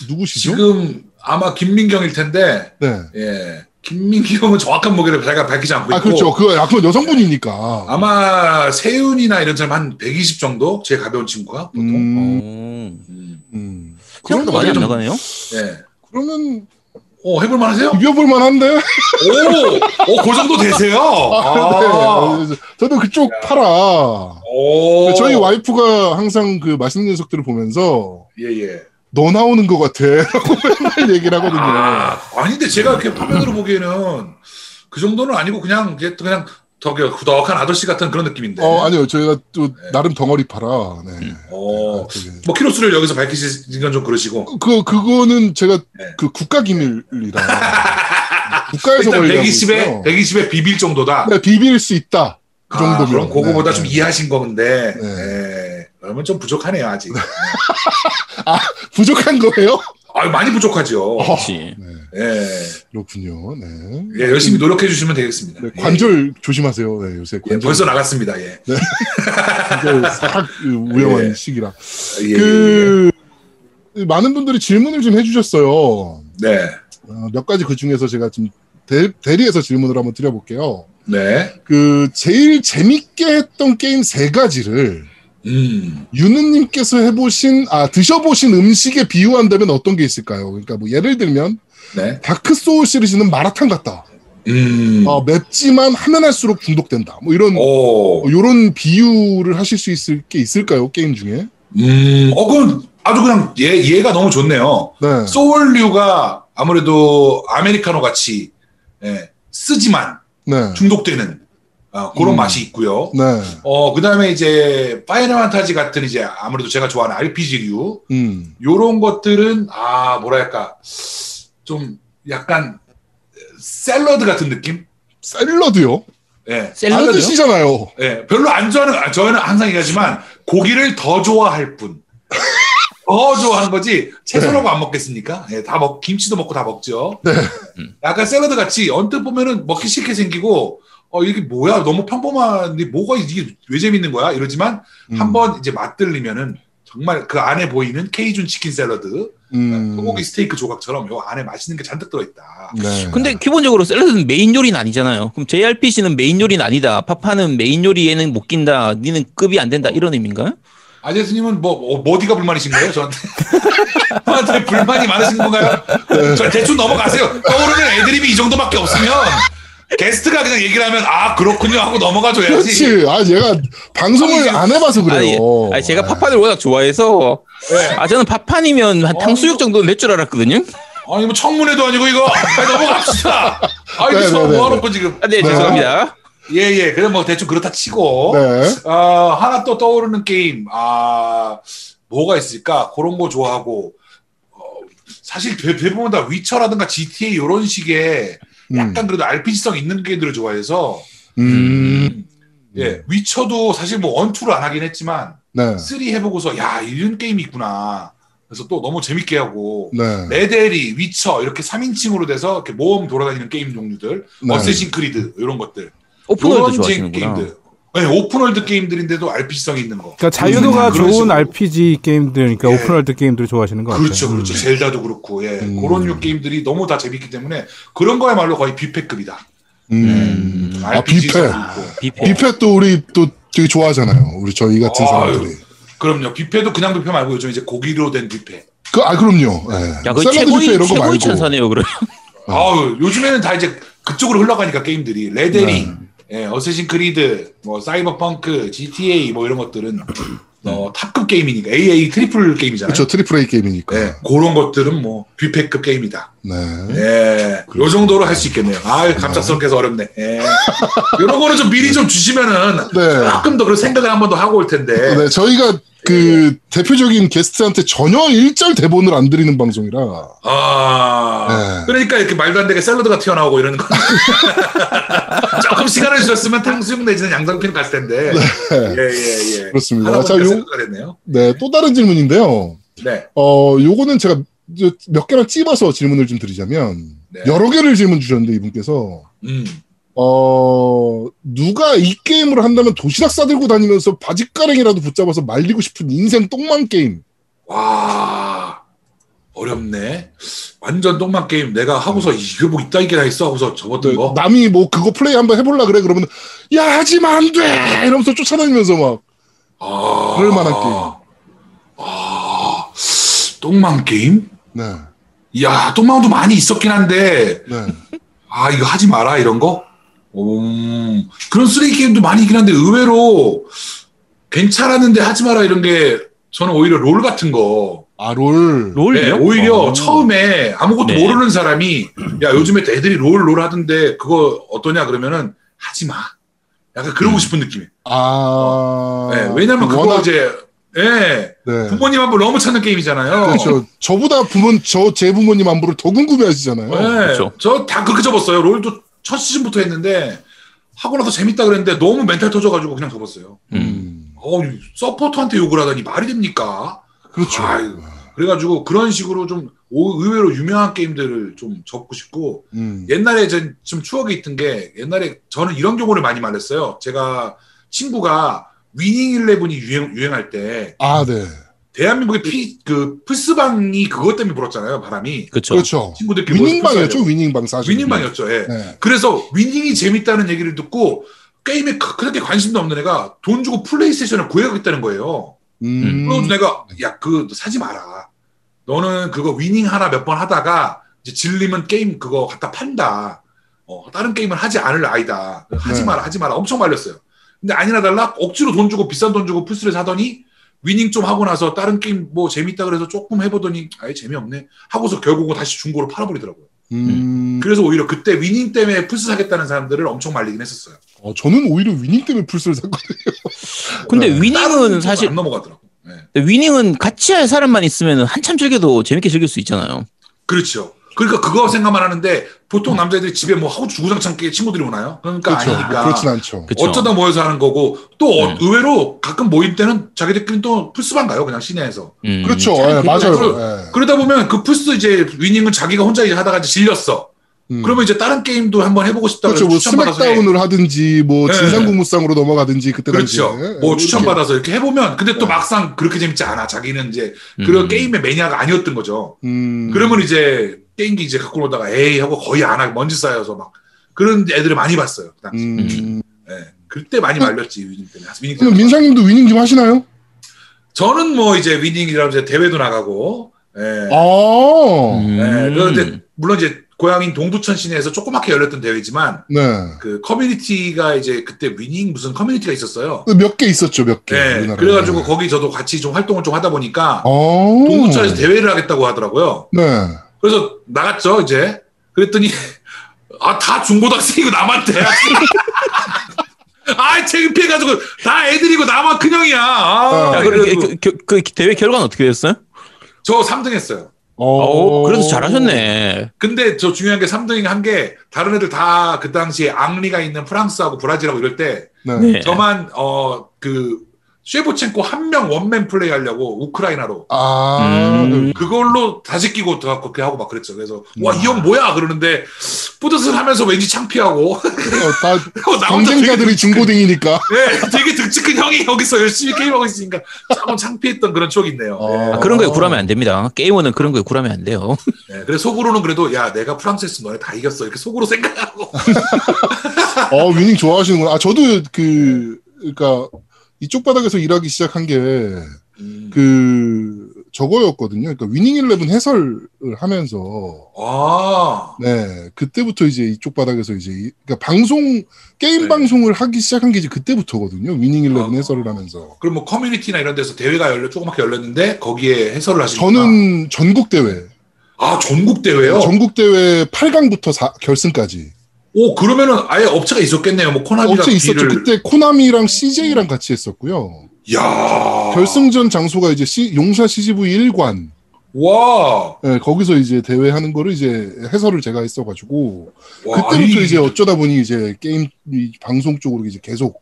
누구시죠? 지금 아마 김민경일 텐데 네. 예. 김민경은 정확한 무게를 제가 밝히지 않고 있고 아 그렇죠. 그 약간 여성분이니까. 아마 세윤이나 이런 사람 한 120 정도 제 가벼운 친구가 보통 음, 음. 음. 음. 생각도 많이 안 나가네요. 예. 그러면 어 해볼 만하세요? 비벼볼 만한데. 오, 오, 그 정도 되세요. 아, 아, 네. 저도 그쪽 팔아. 오, 저희 와이프가 항상 그 맛있는 녀석들을 보면서 예예. 너 나오는 것 같아. 라고 맨날 얘기를 하거든요. 아, 아닌데 제가 이렇게 화면으로 보기에는 그 정도는 아니고 그냥 이제 또 그냥 덕에 구덕한 아저씨 같은 그런 느낌인데. 어, 아니요. 저희가 또 나름 덩어리 팔아. 네. 네. 어, 아, 되게. 뭐 키로수를 여기서 밝히시는 건 좀 그러시고 그, 그거는 제가 네. 그 국가기밀이라. 국가에서 일단 관리하고 120에 있어요. 120에 비빌 정도다. 네, 비빌 수 있다. 그 정도면. 아, 그럼 그거보다 네, 좀 네. 이해하신 건데 네. 예. 그러면 좀 부족하네요 아직. 부족한 거예요? 아 많이 부족하죠. 어, 그렇지. 네. 예. 그렇군요. 네. 예, 열심히 노력해 주시면 되겠습니다. 네, 관절 조심하세요. 네, 요새 예. 예, 관절 네. 벌써 나갔습니다. 예. 굉장히 싹 우영한 예. 시기라. 예, 예, 그 많은 분들이 질문을 좀 해주셨어요. 어, 예. 네. 몇 가지 그 중에서 제가 좀 대, 대리해서 질문을 한번 드려볼게요. 네. 그 제일 재밌게 했던 게임 세 가지를 음. 유느님께서 해보신 아 드셔보신 음식에 비유한다면 어떤 게 있을까요? 그러니까 뭐 예를 들면 네. 다크 소울 시리즈는 마라탕 같다. 음. 어, 맵지만 하면 할수록 중독된다. 뭐 이런 어. 오. 이런 비유를 하실 수 있을 게 있을까요? 게임 중에? 음. 어 그럼 아주 그냥 얘 얘가 너무 좋네요. 네. 소울류가 아무래도 아메리카노 같이 예. 쓰지만 네. 중독되는 아, 그런 음. 맛이 있고요. 네. 어, 그 다음에 이제, 파이널 판타지 같은 이제, 아무래도 제가 좋아하는 RPG류, 음. 요런 것들은, 아, 뭐랄까, 좀, 약간, 샐러드 같은 느낌? 샐러드요? 예. 안 샐러드요? 드시잖아요. 예, 별로 안 좋아하는, 아, 저는 항상 얘기하지만 고기를 더 좋아할 뿐. 더 좋아하는 거지, 네. 채소라고 안 먹겠습니까? 예, 다 먹, 김치도 먹고 다 먹죠. 음. 약간 샐러드 같이 언뜻 보면은 먹기 싫게 생기고, 어, 이게 뭐야? 너무 평범한데 뭐가 이게 왜 재밌는 거야? 이러지만 음. 한번 이제 맛들리면은 정말 그 안에 보이는 케이준 치킨 샐러드, 네, 음. 소고기 스테이크 조각처럼 요 안에 맛있는 게 잔뜩 들어있다. 네. 근데 기본적으로 샐러드는 메인 요리는 아니잖아요. 그럼 JRPC는 메인 요리는 아니다. 파파는 메인 요리에는 못 낀다. 니는 급이 안 된다. 이런 의미인가요? 아재스님은 뭐, 어, 디가 불만이신 거예요, 저한테? 저한테 불만이 많으신 건가요? 저 대충 넘어가세요. 떠오르는 애드립이 이 정도밖에 없으면 게스트가 그냥 얘기를 하면 아, 그렇군요 하고 넘어가줘야지. 그렇지. 아, 얘가 방송을 아니, 안 해봐서 그래요. 네. 아니, 아니, 제가 파파를 워낙 좋아해서 아 저는 파파니면 어. 한 탕수육 정도는 낼 줄 알았거든요. 아니, 뭐 청문회도 아니고 이거. 빨리 넘어갑시다. 아, 이거 네, 서로 네, 네, 모아놓고 지금. 아, 네, 죄송합니다. 예, 예. 그래, 뭐 대충 그렇다 치고. 네. 아, 하나 또 떠오르는 게임. 아, 뭐가 있을까? 그런 거 좋아하고. 어, 사실 대- 대부분 다 위쳐라든가 GTA 이런 식의 음. 약간 그래도 RPG성 있는 게임들을 좋아해서 음. 예 위쳐도 사실 뭐 원투를 안 하긴 했지만 네. 쓰리 해보고서 야 이런 게임이 있구나 그래서 또 너무 재밌게 하고 음. 네. 레데리 위쳐 이렇게 3인칭으로 돼서 이렇게 모험 돌아다니는 게임 종류들 네. 어쌔신 크리드 이런 것들 오픈월드 요런 제- 좋아하시는구나. 네, 오픈월드 게임들인데도 RPG성이 있는 거 그러니까 자유도가 그런 좋은 식으로. RPG 게임들, 그러니까 예. 오픈월드 게임들을 좋아하시는 것 같아요. 그렇죠, 그렇죠. 젤다도 그렇고, 예. 음. 그런 류 게임들이 너무 다 재밌기 때문에 그런 거야말로 거의 뷔페급이다. 음. 아, RPG 뷔페. 성도 있고. 뷔페. 뷔페 또 우리 또 되게 좋아하잖아요. 우리 저희 같은 어. 아유. 사람들이. 그럼요. 뷔페도 그냥 뷔페 말고 요즘 이제 고기로 된 뷔페. 그, 아, 그럼요. 예. 야, 그 샐러드 최고의 뷔페 이런 거 최고의 말고. 천사네요, 그래. 네. 아우 요즘에는 다 이제 그쪽으로 흘러가니까 게임들이 레데리, 네. 예, 어쌔신 크리드, 뭐 사이버펑크, GTA 뭐 이런 것들은 어, 탑급 게임이니까 AA 트리플 게임이잖아요. 그렇죠. 트리플 A 게임이니까. 예, 그런 것들은 뭐 뷔페급 게임이다. 네. 예, 요 정도로 할 수 있겠네요. 아, 갑작스럽게 해서 어렵네. 예. 이런 거는 좀 미리 좀 주시면은 네. 조금 더 그런 생각을 한 번 더 하고 올 텐데. 네, 저희가 그 대표적인 게스트한테 전혀 일절 대본을 안 드리는 방송이라. 네. 아, 네. 그러니까 이렇게 말도 안 되게 샐러드가 튀어나오고 이러는 거. 조금 시간을 주셨으면 탕수육 내지는 양상핀 갔을 텐데. 예, 예, 예. 네. 그렇습니다. 하다 보니까 자, 요- 생각을 했네요. 네, 또 다른 질문인데요. 네. 어, 요거는 제가 이제 몇 개를 찝어서 질문을 좀 드리자면 네. 여러 개를 질문 주셨는데 이분께서 음. 어, 누가 이 게임을 한다면 도시락 싸들고 다니면서 바짓가랭이라도 붙잡아서 말리고 싶은 인생 똥망 게임. 와, 어렵네. 완전 똥만 게임. 내가 하고서 이거 뭐 이따 이게 다 있어 하고서 접었던 거. 남이 뭐 그거 플레이 한번 해볼라 그래 그러면 야 하지마 안돼 이러면서 쫓아다니면서 막 아. 그럴 만한 게임. 아. 똥망 게임? 네, 야, 똥망도 많이 있었긴 한데, 네, 아, 이거 하지 마라, 이런 거? 음, 그런 쓰레기 게임도 많이 있긴 한데, 의외로, 괜찮았는데 하지 마라, 이런 게, 저는 오히려 롤 같은 거. 아롤, 네, 롤이요? 오히려 어. 처음에 아무것도 네. 모르는 사람이, 야, 요즘에 애들이 롤, 롤 하던데, 그거 어떠냐, 그러면은, 하지 마. 약간 그러고 싶은 느낌이에요. 음. 아, 네, 왜냐면 그거 워낙- 이제, 예. 네. 부모님 한번 너무 찾는 게임이잖아요. 그렇죠. 저보다 부모 저제 부모님 안부를 더 궁금해하시잖아요. 그렇죠. 어, 네. 저다 그렇게 접었어요. 롤도 첫 시즌부터 했는데 하고 나서 재밌다 그랬는데 너무 멘탈 터져가지고 그냥 접었어요. 음. 어, 서포터한테 욕을 하다니 말이 됩니까? 그렇죠. 아유. 그래가지고 그런 식으로 좀 오- 의외로 유명한 게임들을 좀 접고 싶고 음. 옛날에 전 좀 추억이 있던 게 옛날에 저는 이런 경우를 많이 말렸어요. 제가 친구가 위닝 일레븐이 유행, 유행할 때 아, 네. 대한민국의 피, 그 플스방이 그것 때문에 불었잖아요. 바람이 그렇죠. 그렇죠. 친구들끼리 모여서 위닝방이었죠. 뭐 플스 하려고. 위닝방 사실. 위닝방이었죠. 예. 네. 그래서 윈닝이 재밌다는 얘기를 듣고 게임에 그- 그렇게 관심도 없는 애가 돈 주고 플레이스테이션을 구해가겠다는 거예요. 음. 그래서 내가 야 그 사지 마라. 너는 그거 위닝 하나 몇 번 하다가 이제 질리면 게임 그거 갖다 판다. 어, 다른 게임은 하지 않을 아이다. 하지 네. 마라, 하지 마라. 엄청 말렸어요. 근데 아니나 달라 억지로 돈 주고 비싼 돈 주고 플스를 사더니 위닝 좀 하고 나서 다른 게임 뭐 재밌다 그래서 조금 해보더니 아예 재미없네 하고서 결국은 다시 중고로 팔아버리더라고요. 음. 그래서 오히려 그때 위닝 때문에 플스 사겠다는 사람들을 엄청 말리긴 했었어요. 어, 저는 오히려 위닝 때문에 풀스를 샀거든요. 근데 네. 다른 쪽은 위닝은 사실 안 넘어가더라고. 네. 위닝은 같이 할 사람만 있으면 한참 즐겨도 재밌게 즐길 수 있잖아요. 그렇죠. 그러니까 그거 생각만 하는데 보통 남자애들이 집에 뭐 하고 주구장창 친구들이 오나요? 그러니까 그렇죠. 아니니까. 그렇진 않죠. 그쵸. 어쩌다 모여서 하는 거고 또 어- 음. 의외로 가끔 모임 때는 자기들끼리 또 풀스방 가요 그냥 시내에서 음. 그렇죠. 예, 맞아요. 예. 그러니까 그러다 보면 그 풀스 이제 위닝은 자기가 혼자 이제 하다가 이제 질렸어 음. 그러면 이제 다른 게임도 한번 해보고 싶다 그렇죠. 그래서 뭐 추천받아서 해. 스맥다운을 하든지 뭐 예. 진상공무상으로 넘어가든지 예. 그때 그렇죠 당시에 뭐 이렇게. 추천받아서 이렇게 해보면 근데 또 네. 막상 그렇게 재밌지 않아 자기는 이제 음. 그런 게임의 매니아가 아니었던 거죠 음. 그러면 이제 게임기 이제 갖고 오다가 에이 하고 거의 안 하고 먼지 쌓여서 막 그런 애들을 많이 봤어요 그 당시 음. 예. 그때 많이 말렸지 위닝 때문에 위닝 때문에. 그럼 민상님도 위닝 좀 하시나요? 저는 뭐 이제 위닝이라고 이제 대회도 나가고, 예. 아, 음. 예, 그런데 물론 이제 고향인 동부천 시내에서 조그맣게 열렸던 대회지만 네. 그 커뮤니티가 이제 그때 위닝 무슨 커뮤니티가 있었어요. 몇 개 있었죠, 몇 개. 예. 우리나라에. 그래가지고 거기 저도 같이 좀 활동을 좀 하다 보니까 어. 동부천에서 대회를 하겠다고 하더라고요. 네. 그래서 나갔죠 이제. 그랬더니 아 다 중고등학생이고 나만 대학생. 아 창피해가지고 다 애들이고 나만 큰형이야. 아, 어. 야, 그래가지고 그, 그, 그, 그 대회 결과는 어떻게 됐어요? 저 3등 했어요. 어, 그래도 잘하셨네. 근데 저 중요한 게 3등 한 게 다른 애들 다 그 당시에 앙리가 있는 프랑스하고 브라질하고 이럴 때 네. 네. 저만 어 그 쉐보첸코 한 명 원맨 플레이 하려고 우크라이나로 아, 음. 그걸로 다시 끼고 들어갖고 그렇게 하고 막 그랬죠. 그래서 와 음. 이 형 뭐야 그러는데 뿌듯을 하면서 왠지 창피하고 어, 다 나 혼자 되게, 경쟁자들이 중고등이니까. 네, 되게 득치 큰 형이 여기서 열심히 게임하고 있으니까 조금 창피했던 그런 추억이 있네요. 어. 아, 그런 거에 굴하면 안 됩니다. 게이머는 그런 거에 굴하면 안 돼요. 네, 그래서 속으로는 그래도 야 내가 프랑스에서 너네 다 이겼어 이렇게 속으로 생각하고 어, 위닝 좋아하시는구나. 아, 저도 그, 그러니까, 이쪽 바닥에서 일하기 시작한 게, 음. 그, 저거였거든요. 그러니까, 위닝 11 해설을 하면서, 아 네, 그때부터 이제 이쪽 바닥에서 이제, 이- 그러니까 방송, 게임 네. 방송을 하기 시작한 게 이제 그때부터거든요. 위닝 11 아. 해설을 하면서. 그럼 뭐 커뮤니티나 이런 데서 대회가 열려 조그맣게 열렸는데 거기에 해설을 하시니까 저는 전국대회. 아 전국 대회요? 전국대회 8강부터 결승까지. 오 그러면은 아예 업체가 있었겠네요. 뭐 코나비랑 업체 있었죠. 비를. 그때 코나미랑 CJ랑 같이 했었고요. 야 결승전 장소가 이제 시- 용사 CGV 1관. 와, 예, 거기서 이제 대회하는 거를 이제 해설을 제가 했어가지고 와 그때부터 아니, 이제 어쩌다 보니 이제 게임 이 방송 쪽으로 이제 계속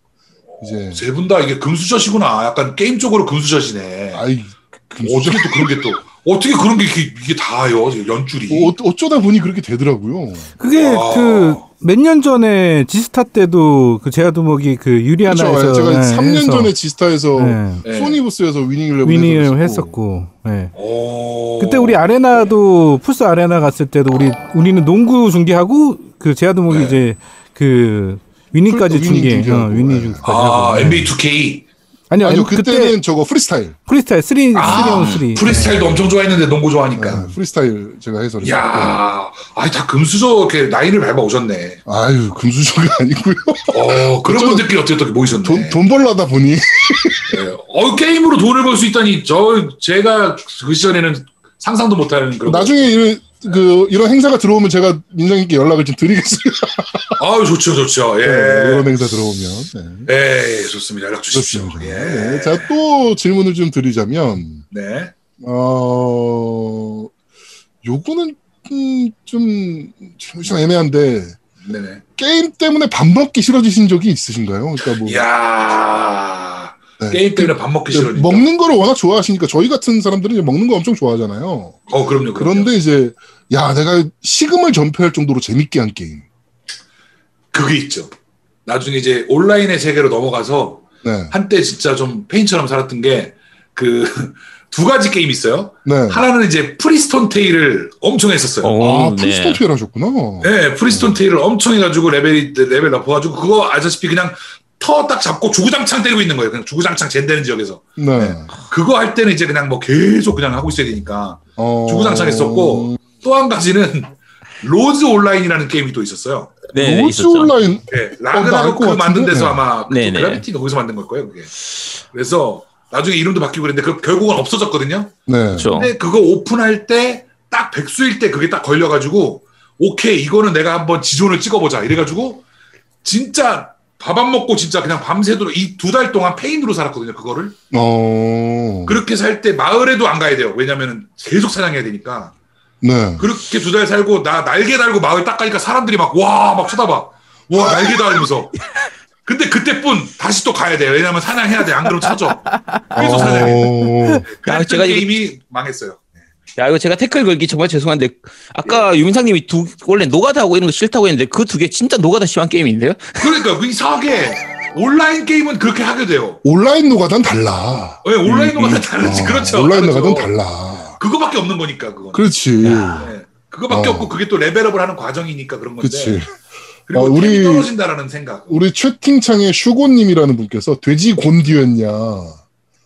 이제 세 분 다 이게 금수저시구나. 약간 게임 쪽으로 금수저시네. 아이 어떻게 또 그런 게 또 어떻게 그런 게 이게, 이게 다요? 연줄이. 어, 어쩌다 보니 그렇게 되더라고요. 그게 와. 그 몇 년 전에 지스타 때도 그 제아두목이 그 유리아나에서 그렇죠. 제가 네, 3년 해서. 전에 지스타에서 네. 네. 소니부스에서 위닝 레븐 위닝을 했었고 예. 오. 그때 우리 아레나도 풀스 아레나 갔을 때도 우리 우리는 농구 중계하고 그 제아두목이 네. 이제 그 위닝까지 풀- 위닝 중계 중계하고, 어, 위닝 네. 중계까지 아 하고 예. NBA 2K. 아니요, 아니요 아니요 그때는 그때 저거 프리스타일 프리스타일 3 3 아, 3 프리스타일도 엄청 좋아했는데 농구 좋아하니까. 네, 프리스타일 제가 해설을 했고. 야, 아니 다 금수저 이렇게 라인을 밟아 오셨네. 아유 금수저가 아니고요. 어, 그런 분들끼리 어떻게 어떻게 모이셨네. 돈, 돈 벌려다 보니 예. 어, 게임으로 돈을 벌 수 있다니, 저, 제가 그 시절에는 상상도 못하는 그런. 나중에 이런 그 이런 행사가 들어오면 제가 민장님께 연락을 좀 드리겠습니다. 아유, 좋죠, 좋죠. 예. 네, 이런 행사 들어오면. 네. 예, 좋습니다. 연락 주십시오. 그렇습니다. 예. 네. 자, 또 질문을 좀 드리자면, 네. 어, 요거는 음, 좀, 좀 애매한데, 네네. 게임 때문에 밥 먹기 싫어지신 적이 있으신가요? 그러니까 뭐, 이야. 네. 게임 때문에 밥 먹기 그 싫으니까. 먹는 거를 워낙 좋아하시니까, 저희 같은 사람들은 이제 먹는 거 엄청 좋아하잖아요. 어, 그럼요. 그럼요. 그런데 이제, 야, 내가 식음을 전폐할 정도로 재밌게 한 게임. 그게 있죠. 나중에 이제 온라인의 세계로 넘어가서 네. 한때 진짜 좀 페인처럼 살았던 게 그 두 가지 게임 있어요. 네. 하나는 이제 프리스톤 테일을 엄청 했었어요. 아, 어, 풀스톤 피해를 하셨구나. 네, 프리스톤 테일을 엄청 해가지고 레벨이 레벨 높아가지고 그거 아시다시피 그냥 터 딱 잡고 주구장창 때리고 있는 거예요. 그냥 주구장창 젠되는 지역에서 네. 그거 할 때는 이제 그냥 뭐 계속 그냥 하고 있어야 되니까 어... 주구장창 했었고 또 한 가지는 로즈 온라인이라는 게임이 또 있었어요. 네, 네, 로즈 있었죠. 온라인, 네, 나알 라그나로크 것 같은데? 만든 데서 네. 아마 그 네네. 그라비티가 거기서 만든 걸 거예요. 그게 그래서 나중에 이름도 바뀌고 그랬는데 그 결국은 없어졌거든요. 네. 그렇죠. 근데 그거 오픈할 때 딱 백수일 때 그게 딱 걸려가지고 오케이 이거는 내가 한번 지존을 찍어보자 이래가지고 진짜 밥 안 먹고 진짜 그냥 밤새도록 이 두 달 동안 페인으로 살았거든요 그거를 어. 그렇게 살 때 마을에도 안 가야 돼요 왜냐면은 계속 사냥해야 되니까 네. 그렇게 두 달 살고 나 날개 달고 마을 닦아니까 사람들이 막 와 막 쳐다봐. 와 날개 달면서. 근데 그때뿐 다시 또 가야 돼. 요 왜냐면 사냥해야 돼. 안 그러면 찾아. 계속 사냥해. 어, 아, 그냥 제가 제가 이게- 게임이 망했어요. 야, 이거 제가 태클 걸기 정말 죄송한데, 예. 아까 유민상님이 두, 원래 노가다하고 이런 거 싫다고 했는데, 그 두 개 진짜 노가다 심한 게임인데요? 그러니까 이상하게 온라인 게임은 그렇게 하게 돼요. 온라인 노가다는 달라. 왜 온라인과 다 어, 다르지? 그렇죠. 온라인 그렇죠. 노가다는 달라. 그거밖에 없는 거니까 그거. 그렇지. 네. 그거밖에 어. 없고 그게 또 레벨업을 하는 과정이니까 그런 건데. 그렇지. 그리고 아, 우리- 템이 떨어진다라는 생각. 우리 채팅창에 슈고님이라는 분께서 돼지 곤디였냐.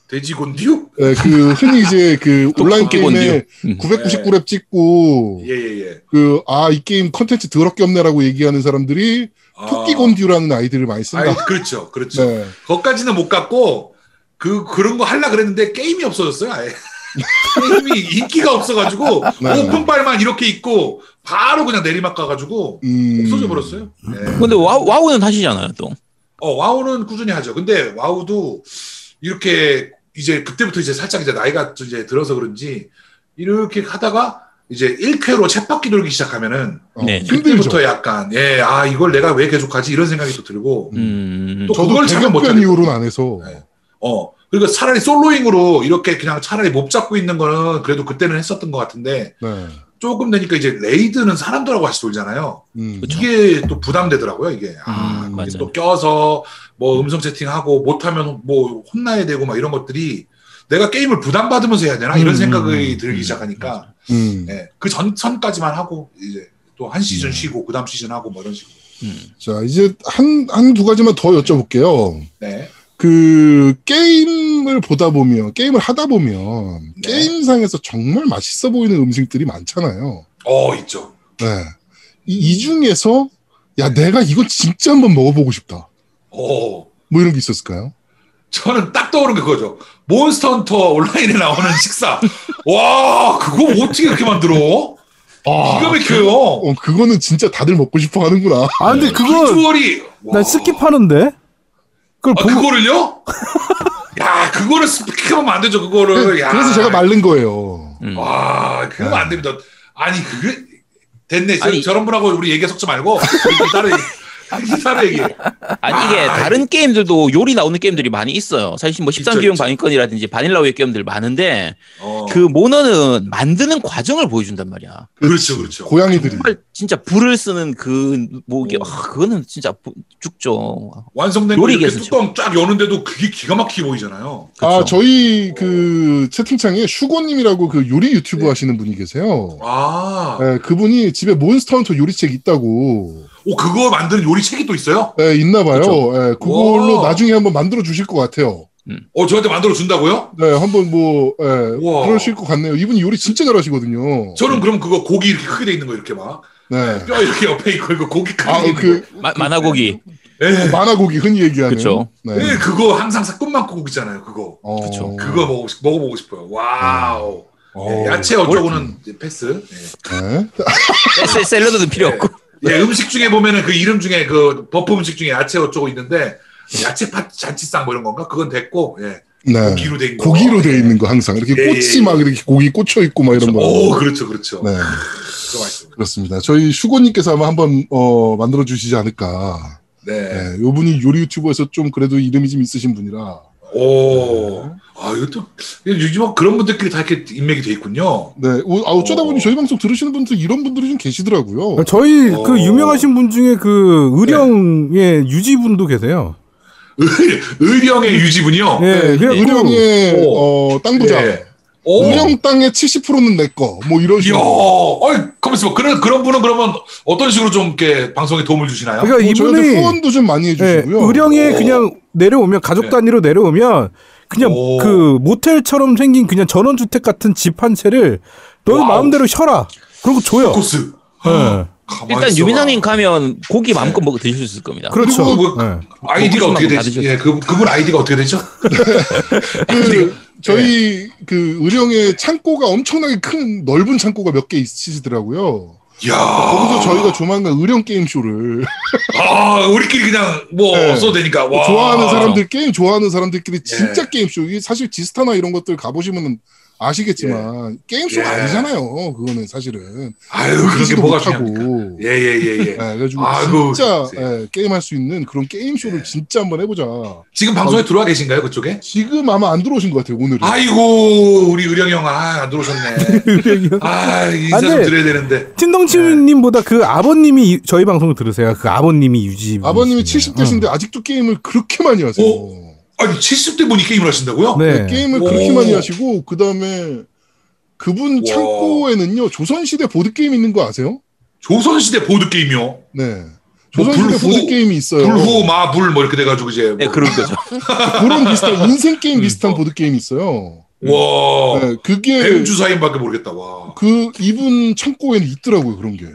돼지 곤듀? 예, 그 흔히 이제 그 또 온라인 곤디 곤디요. 게임에 음. 네. 999렙 찍고 예예예. 예, 예. 그 아 이 게임 컨텐츠 더럽게 없네라고 얘기하는 사람들이 토끼 아, 곤디라는 아이디를 많이 쓴다. 아이, 그렇죠, 그렇죠. 네. 거기까지는 못 갔고 그 그런 거 할라 그랬는데 게임이 없어졌어요. 아예. 게임이 인기가 없어가지고 네. 오픈빨만 이렇게 있고 바로 그냥 내리막 가가지고 음. 없어져 버렸어요. 네. 근데 와우, 와우는 하시잖아요, 또. 어 와우는 꾸준히 하죠. 근데 와우도 이렇게 이제 그때부터 이제 살짝 이제 나이가 좀 이제 들어서 그런지 이렇게 하다가 이제 1회로 챗바퀴 돌기 시작하면은 어, 네. 힘들죠. 그때부터 약간 예 아 이걸 내가 왜 계속하지 이런 생각이 또 들고 음. 또 저도 그걸 참여 대격변 못하겠다. 이후로는 안 해서 네. 어 그러니까 차라리 솔로잉으로 이렇게 그냥 차라리 목 잡고 있는 거는 그래도 그때는 했었던 것 같은데 네. 조금 되니까 이제 레이드는 사람들하고 같이 돌잖아요. 음. 그쵸. 이게 또 부담되더라고요, 이게. 아, 음, 거기 맞아요. 또 껴서 뭐 음성 채팅하고 못하면 뭐 혼나야 되고 막 이런 것들이 내가 게임을 부담받으면서 해야 되나? 이런 음, 생각이 음, 들기 음, 시작하니까 음. 예, 그 전선까지만 하고 이제 또 한 시즌 쉬고 그 다음 시즌 하고 뭐 이런 식으로. 음. 자 이제 한 한 두 가지만 더 여쭤볼게요. 네. 그 게임을 보다 보면 게임을 하다 보면 네. 게임상에서 정말 맛있어 보이는 음식들이 많잖아요. 어, 있죠. 네. 이, 이 중에서 야 내가 이거 진짜 한번 먹어보고 싶다. 어. 뭐 이런 게 있었을까요? 저는 딱 떠오른 게 그거죠. 몬스터 헌터 온라인에 나오는 식사. 와, 그거 어떻게 그렇게 만들어? 기가 막혀요. 어, 그거는 진짜 다들 먹고 싶어 하는구나. 아 근데 그거 비주얼이. 난 와. 스킵하는데 그걸 아, 보고 그거를요? 야, 그거를 스피킹하면 안 되죠, 그거를. 어, 야. 그래서 제가 말른 거예요. 음. 와, 그러면 안 됩니다. 아니, 그게. 됐네. 저, 아니. 저런 분하고 우리 얘기 섞지 말고. 우리 따로 얘기. 우리 따로 얘기. 아니, 이게 아, 다른 게임들도 요리 나오는 게임들이 많이 있어요. 사실 뭐 있죠, 13기용 있죠. 바인건이라든지 바닐라우의 게임들 많은데, 어. 그 모너는 만드는 과정을 보여준단 말이야. 그렇죠, 그렇죠. 고양이들이. 정말 진짜 불을 쓰는 그, 뭐, 음. 이게, 아, 그거는 진짜 부- 죽죠. 완성된 거 요리 이렇게 개수죠. 뚜껑 쫙 여는데도 그게 기가 막히게 보이잖아요. 아 그쵸? 저희 그 채팅창에 슈고님이라고 그 요리 유튜브 네. 하시는 분이 계세요. 아, 예, 그분이 집에 몬스터헌터 요리책 있다고. 오, 그거 만드는 요리 책이 또 있어요? 예, 있나 봐요. 그렇죠. 예, 그걸로 와. 나중에 한번 만들어 주실 것 같아요. 어, 저한테 만들어 준다고요? 네, 한번 뭐, 예, 우와. 그러실 것 같네요. 이분이 요리 진짜 잘하시거든요. 저는 그럼 그거 고기 이렇게 크게 돼 있는 거 이렇게 막. 네. 뼈 이렇게 옆에 있고, 이거 고기 크게 아, 돼 있는 그, 음. 마, 만화고기. 거. 예. 만화고기 흔히 얘기하는. 그쵸. 네. 예, 그거 항상 꿈만 꾸고 있잖아요, 그거. 어, 그쵸. 그거 먹고 싶, 먹어보고 싶어요. 와우. 어, 예, 야채 어쩌고는 이제 패스. 네. 셀- 샐러드는 필요 없고. 예. 예, 음식 중에 보면은 그 이름 중에 그 버프 음식 중에 야채 어쩌고 있는데 야채 파 잔치상 뭐 이런 건가? 그건 됐고 예. 네. 고기로 된 거. 고기로 돼 있는 거 항상 이렇게 예, 꽃이 예, 막 이렇게 고기 꽂혀 있고 막 이런 오, 거. 그렇죠, 그렇죠. 네. 그거 맛있어. 그렇습니다. 저희 슈고님께서 아마 한번 어, 만들어 주시지 않을까. 네. 네, 요분이 요리 유튜버에서 좀 그래도 이름이 좀 있으신 분이라. 오. 아, 이것도 요즘 그런 분들끼리 다 이렇게 인맥이 돼 있군요. 네, 오, 아, 어쩌다 어. 보니 저희 방송 들으시는 분들 이런 분들이 좀 계시더라고요. 저희 어. 그 유명하신 분 중에 그 의령의 유지분도 계세요. 의- 의령의 유지분이요. 예, 그냥 그 네, 의령의 네, 오. 어, 땅 부자. 예. 오. 의령 땅의 70%는 내 거. 뭐 이런 이야, 식으로. 어이, 가만 있어봐. 그런, 그런 분은 그러면 어떤 식으로 좀 이렇게 방송에 도움을 주시나요? 그러니까 뭐 저희한테 이분이 후원도 좀 많이 예, 해주시고요. 네. 의령에 오. 그냥 내려오면 가족 예. 단위로 내려오면 그냥 오. 그 모텔처럼 생긴 그냥 전원주택 같은 집 한 채를 너 와우. 마음대로 쉬어라. 그리고 줘요. 코스. 예. 가만히 일단 있어봐. 유민상님 가면 고기 마음껏 먹어 드실 수 있을 겁니다. 그렇죠. 그리고 뭐- 예. 아이디가 어떻게 다 되죠? 드셨죠? 예, 그, 그분 아이디가 어떻게 되죠? 네. 그, 저희 그 의령의 창고가 엄청나게 큰 넓은 창고가 몇 개 있으시더라고요. 이야. 거기서 저희가 조만간 의령 게임쇼를 아, 우리끼리 그냥 뭐 네. 써도 되니까. 와. 예. 좋아하는 사람들, 게임 좋아하는 사람들끼리 진짜 게임쇼. 이게 사실 지스타나 이런 것들 가보시면 아시겠지만 게임쇼가 예. 아니잖아요. 그거는 사실은 아유 그렇게 이기지도 뭐가 중요합니까? 못하고. 예. 예예예 예, 예. 그래가지고 아이고, 예. 진짜 글쎄. 예, 게임할 수 있는 그런 게임쇼를 진짜 한번 해보자. 지금 방송에 들어와 계신가요 그쪽에? 지금 아마 안 들어오신 것 같아요 오늘은. 아이고 우리 의령 형아안 들어오셨네. 아 인사 좀 안 돼. 드려야 되는데. 틴동치님보다 그 아버님이 유- 저희 방송을 들으세요. 그 아버님이 유지. 아버님이 70대신데 아직도 게임을 그렇게 많이 하세요. 아니 70대 분이 게임을 하신다고요? 네. 게임을 오. 그렇게 많이 하시고 그 다음에 그분 와. 창고에는요 조선시대 보드 게임 있는 거 아세요? 조선시대 보드 게임이요. 네. 조선시대 뭐 불후, 보드 게임이 있어요. 불후 마불 뭐 이렇게 돼가지고 이제. 뭐. 네, 그런 거죠. 그런 비슷한 인생 게임 음. 비슷한 보드 게임 이 있어요. 와. 네, 그게 뱀주사인밖에 모르겠다 와. 그 이분 창고에는 있더라고요 그런 게.